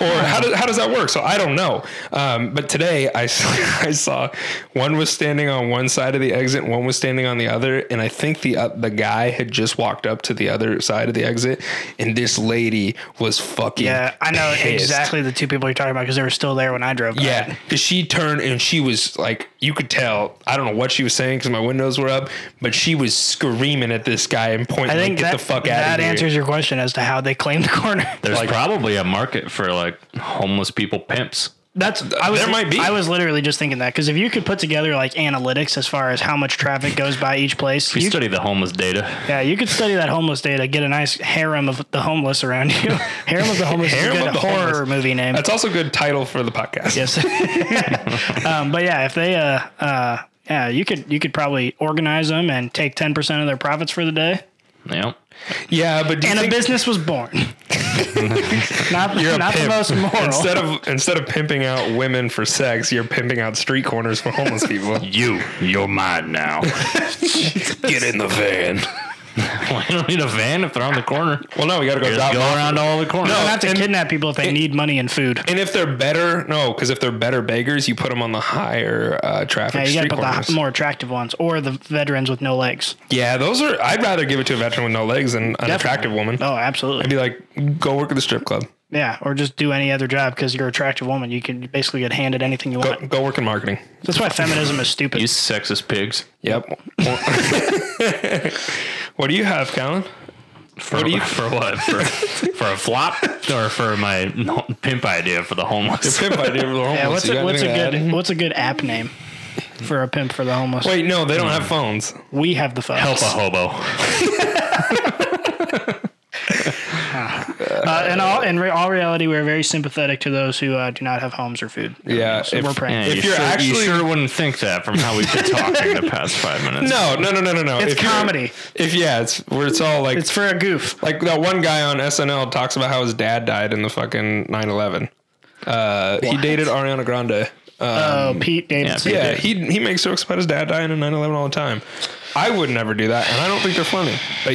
or how, do, how does that work? So I don't know. Um, but today I, s- I saw one was standing on one side of the exit, one was standing on the other, and I think the uh, the guy had just walked up to the other side of the exit, and this lady was fucking
Yeah, I know
pissed.
exactly the two people you're talking about because they were still there when I drove. by.
Yeah, because she turned and she was like, you could tell. I don't know what she was saying because my windows were up, but she was screaming at this guy and pointing,
I
like,
think
"Get
that,
the fuck out
that
of here!"
answers your question as to how they claim the corner.
There's probably a market for like homeless people pimps.
That's I was
There might be.
I was literally just thinking that because if you could put together like analytics as far as how much traffic goes by each place,
We
you,
study the homeless data.
yeah, you could study that homeless data, get a nice harem of the homeless around you. harem of the homeless
Harem
is a
of
good
the
horror
homeless.
movie name.
That's also a good title for the podcast.
yes. um, but yeah, if they uh uh yeah, you could you could probably organize them and take ten percent of their profits for the day,
Yeah.
Yeah, but do you
and a
think-
business was born. not
You're a
not the
pimp.
most moral.
Instead of instead of pimping out women for sex, you're pimping out street corners for homeless people.
You, you're mine now.
Get in the van.
Well, you don't need a van if they're on the corner.
Well, no, we got to go
Just
drop
go
off.
around all the corners.
you don't have to
and-
kidnap people if they need money and food.
And if they're better, no, because if they're better beggars, you put them on the higher uh, traffic
Yeah, you
street
gotta put
corners.
the more attractive ones or the veterans with no legs.
yeah, those are. I'd rather give it to a veteran with no legs than an attractive woman.
Oh, absolutely.
Be like, go work at the strip club.
Yeah, or just do any other job because you're an attractive woman. You can basically get handed anything you
Go,
want.
go work in marketing.
That's why feminism is stupid.
You sexist pigs.
Yep. what do you have, Callan?
For
What do you-
for what? For, for a flop or for my pimp idea for the homeless?
Pimp idea for the homeless.
yeah, what's
You
a,
got
what's a
anything to
good
add?
what's a good app name for a pimp for the homeless?
Wait, no, they don't have phones.
we have the phones.
Help a hobo.
Uh, in all in re- all reality, we are very sympathetic to those who uh, do not have homes or food.
Yeah,
so
if-
we're praying.
Yeah,
If
you
you're
sure, you
actually-
sure wouldn't think that from how we've been talking the past five minutes.
No, no, no, no, no, no.
It's
you're-
comedy.
If yeah, it's where it's all like
It's for a goof.
like that one guy on SNL talks about how his dad died in the fucking 9/11. Uh, he dated Ariana Grande.
Oh, Pete Davidson.
Um, Yeah, he he makes jokes about his dad dying in 9/11 all the time. I would never do that, and I don't think they're funny. But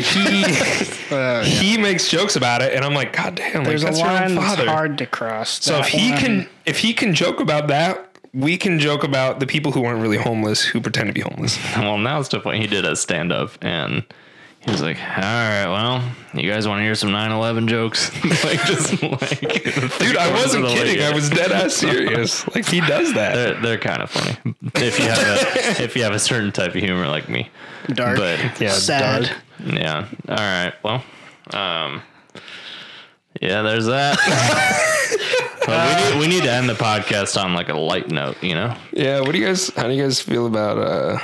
he he makes jokes about it, and I'm like, God damn, like,
There's a
that's your own
line that's
father.
hard to cross.
so if
That
he
one-
can if he can joke about that, we can joke about the people who aren't really homeless who pretend to be homeless.
Well, now it's different. He did a stand up and he was like, all right, well, you guys want to hear some 9 11 jokes? like, just like,
Dude, I wasn't
Like,
kidding.
yeah.
I was dead ass serious. Like he does that.
They're, they're kind of funny if you have a if you have a certain type of humor like me.
dark,
But
Yeah,
sad.
dark.
yeah, all right. Well, um, yeah, there's that. But we, need, we need to end the podcast on like a light note, you know.
Yeah. What do you guys? How do you guys feel about uh?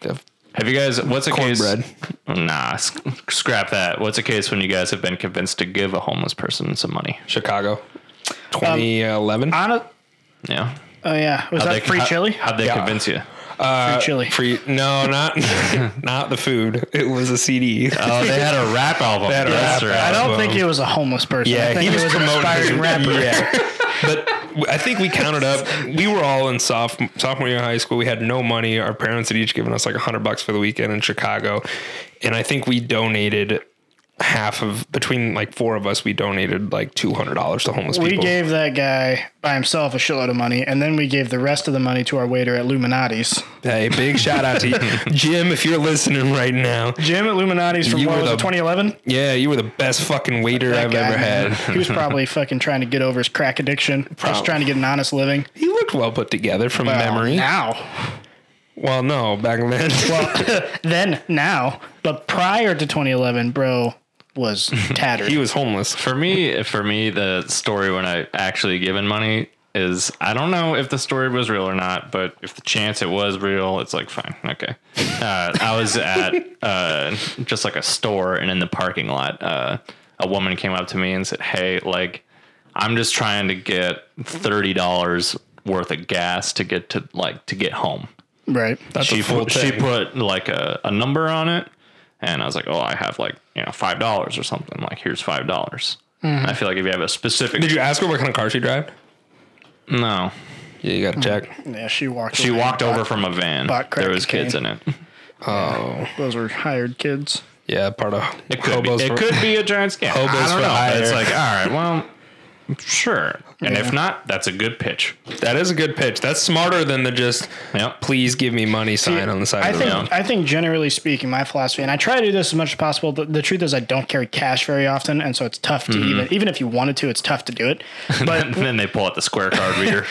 Def-
Have you guys? What's a
Cornbread.
case? Nah, sc- scrap that. What's a case when you guys have been convinced to give a homeless person some money?
Chicago, 2011.
Hon-
Yeah.
Oh yeah, was that
They-
free
how-
chili?
How'd they
Yeah.
convince you?
free chili.
Free? No, not not the food. It was a CD.
Oh, they had a rap album.
had a rap
Yes, sir.
Uh, I don't
album.
think it was a homeless person. I think it was an aspiring rapper.
Yeah. But w- I think we counted up. We were all in soph- sophomore year of high school. We had no money. Our parents had each given us like a hundred bucks for the weekend in Chicago, and I think we donated half of between like four of us. We donated like two hundred dollars to homeless
We
people.
gave that guy by himself a shitload of money, and then we gave the rest of the money to our waiter at Luminati's.
hey, big shout out to you, Jim, if you're listening right now.
Jim at Luminati's from
You
what
were
was
the-
it, 2011?
Yeah, you were the best fucking waiter I've ever had.
He was probably fucking trying to get over his crack addiction, just trying to get an honest living.
He looked well put together from
Well,
memory.
now,
Well, no, back then.
then now, but prior to 2011, bro was tattered.
he was homeless.
For me, for me, the story when I actually given money is I don't know if the story was real or not, but if the chance it was real, it's like fine, okay. Uh, I was at uh, just like a store, and in the parking lot, uh, a woman came up to me and said, "Hey, like, I'm just trying to get thirty dollars worth of gas to get to like to get home."
right.
she
a full
put, she
tank.
put like a, a number on it and i was like oh i have like you know five dollars or something like here's five dollars i feel like if you have a specific
Mm-hmm. Did you ask her what kind of car she drive?
no
Yeah, you gotta
Hmm.
check.
Yeah, she walked.
she
away.
walked over from a van
bought crack
there was kids in
cocaine.
it
Those were hired kids.
Yeah, part of
it could, be, it
for-
could be a giant scam i
Hobos
don't
for
know but
hire.
it's like all right well sure and
Yeah.
if not that's a good pitch
That is a good pitch. That's smarter than the just
Yep.
please give me money sign on the side
I
of the
think
road.
I think generally speaking, my philosophy, and I try to do this as much as possible. The, the truth is, I don't carry cash very often, and so it's tough to even even if you wanted to, it's tough to do it. But
and then they pull out the square card reader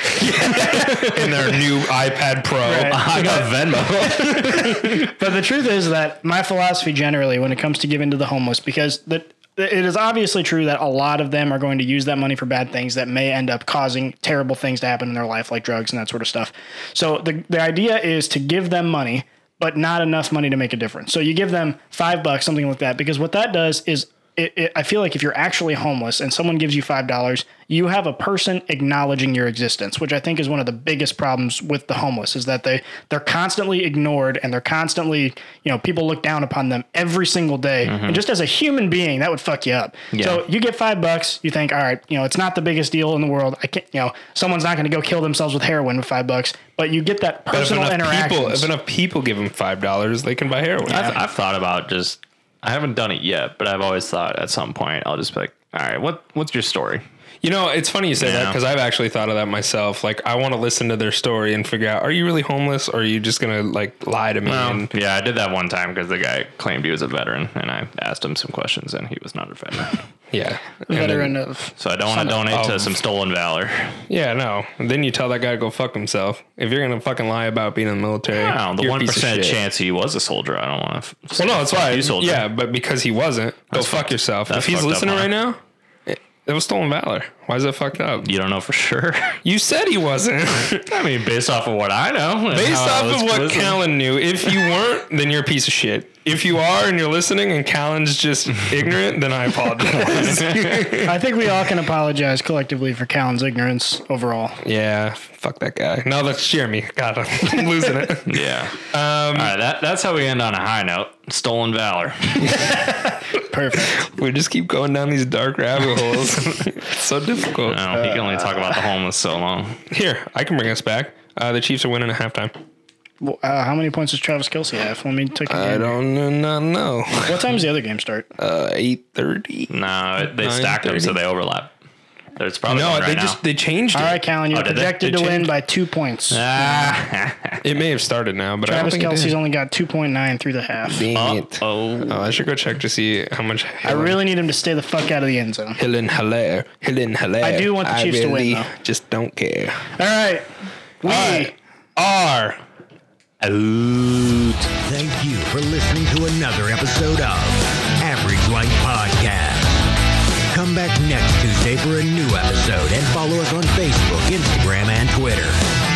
In their new iPad Pro.
i got venmo
but the truth is that my philosophy generally, when it comes to giving to the homeless, because the it is obviously true that a lot of them are going to use that money for bad things that may end up causing terrible things to happen in their life, like drugs and that sort of stuff. So the the idea is to give them money, but not enough money to make a difference. So you give them five bucks, something like that, because what that does is. It, it, I feel like if you're actually homeless and someone gives you five dollars, you have a person acknowledging your existence, which I think is one of the biggest problems with the homeless is that they they're constantly ignored and they're constantly you know people look down upon them every single day.
Mm-hmm.
And just as a human being, that would fuck you up. So you get five bucks, you think, all right, you know, it's not the biggest deal in the world. I can't, you know, someone's not going to go kill themselves with heroin with five bucks, but you get that
But if
personal
enough,
interaction.
people, if enough people give them five dollars, they can buy heroin.
I've, I've thought about just I haven't done it yet, but I've always thought at some point I'll just be like, all right, what what's your story?
You know, it's funny you say that
Yeah.
because I've actually thought of that myself. Like, I want to listen to their story and figure out: Are you really homeless, or are you just gonna like lie to me?
Um,
and,
yeah, I did that one time because the guy claimed he was a veteran, and I asked him some questions, and he was not a veteran.
yeah, And then-
veteran of
So I don't want to donate
Oh.
to some stolen valor.
yeah, no. And then you tell that guy to go fuck himself if you're gonna fucking lie about being in the military.
Wow, the
you're a
one
piece of
percent
shit.
chance he was a soldier, I don't want to. F-
Well, no, that's why.
You soldier.
Yeah, but because he wasn't, go fuck yourself.
that's
If he's
fucked up,
listening
huh?
right now, It was stolen valor. Why is that fucked up?
You don't know for sure.
You said he wasn't.
I mean, based off of what I know, and
Based
how I
off of
was
what
quizzing.
Callan knew, if you weren't, then you're a piece of shit. If you are and you're listening and Callan's just ignorant, then I apologize.
I think we all can apologize collectively for Callan's ignorance overall.
yeah, fuck that guy. No, that's Jeremy. God, I'm losing it.
yeah.
Um,
All right, that, that's how we end on a high note. Stolen valor.
Perfect.
We just keep going down these dark rabbit holes. it's so difficult.
No, you can only talk about the homeless so long.
Here, I can bring us back. Uh, the Chiefs are winning at halftime.
Well, uh, how many points does Travis Kelsey have? Let me take a
I
game.
don't know. No, no.
What time does the other game start?
Uh, Eight thirty.
No, they stacked them so they overlap. There's probably
No,
one
they
right
just
now.
they changed it.
all right, Callan, you're
Oh, did they-
projected
they
to win
changed?
by two points.
Ah.
It may have started now, but
Travis
I don't
Kelsey's
think
only got 2.9 through the half.
it did. Dang it.
oh,
Oh, I should go check to see how much.
I really need him to stay the fuck out of the end zone.
Helen Hilaire. Helen Hilaire.
I do want the Chiefs to win, though.
Just don't care.
All right. We
right. R.
Out.
Thank you for listening to another episode of Average Life Podcast. Come back next Tuesday for a new episode and follow us on Facebook, Instagram, and Twitter.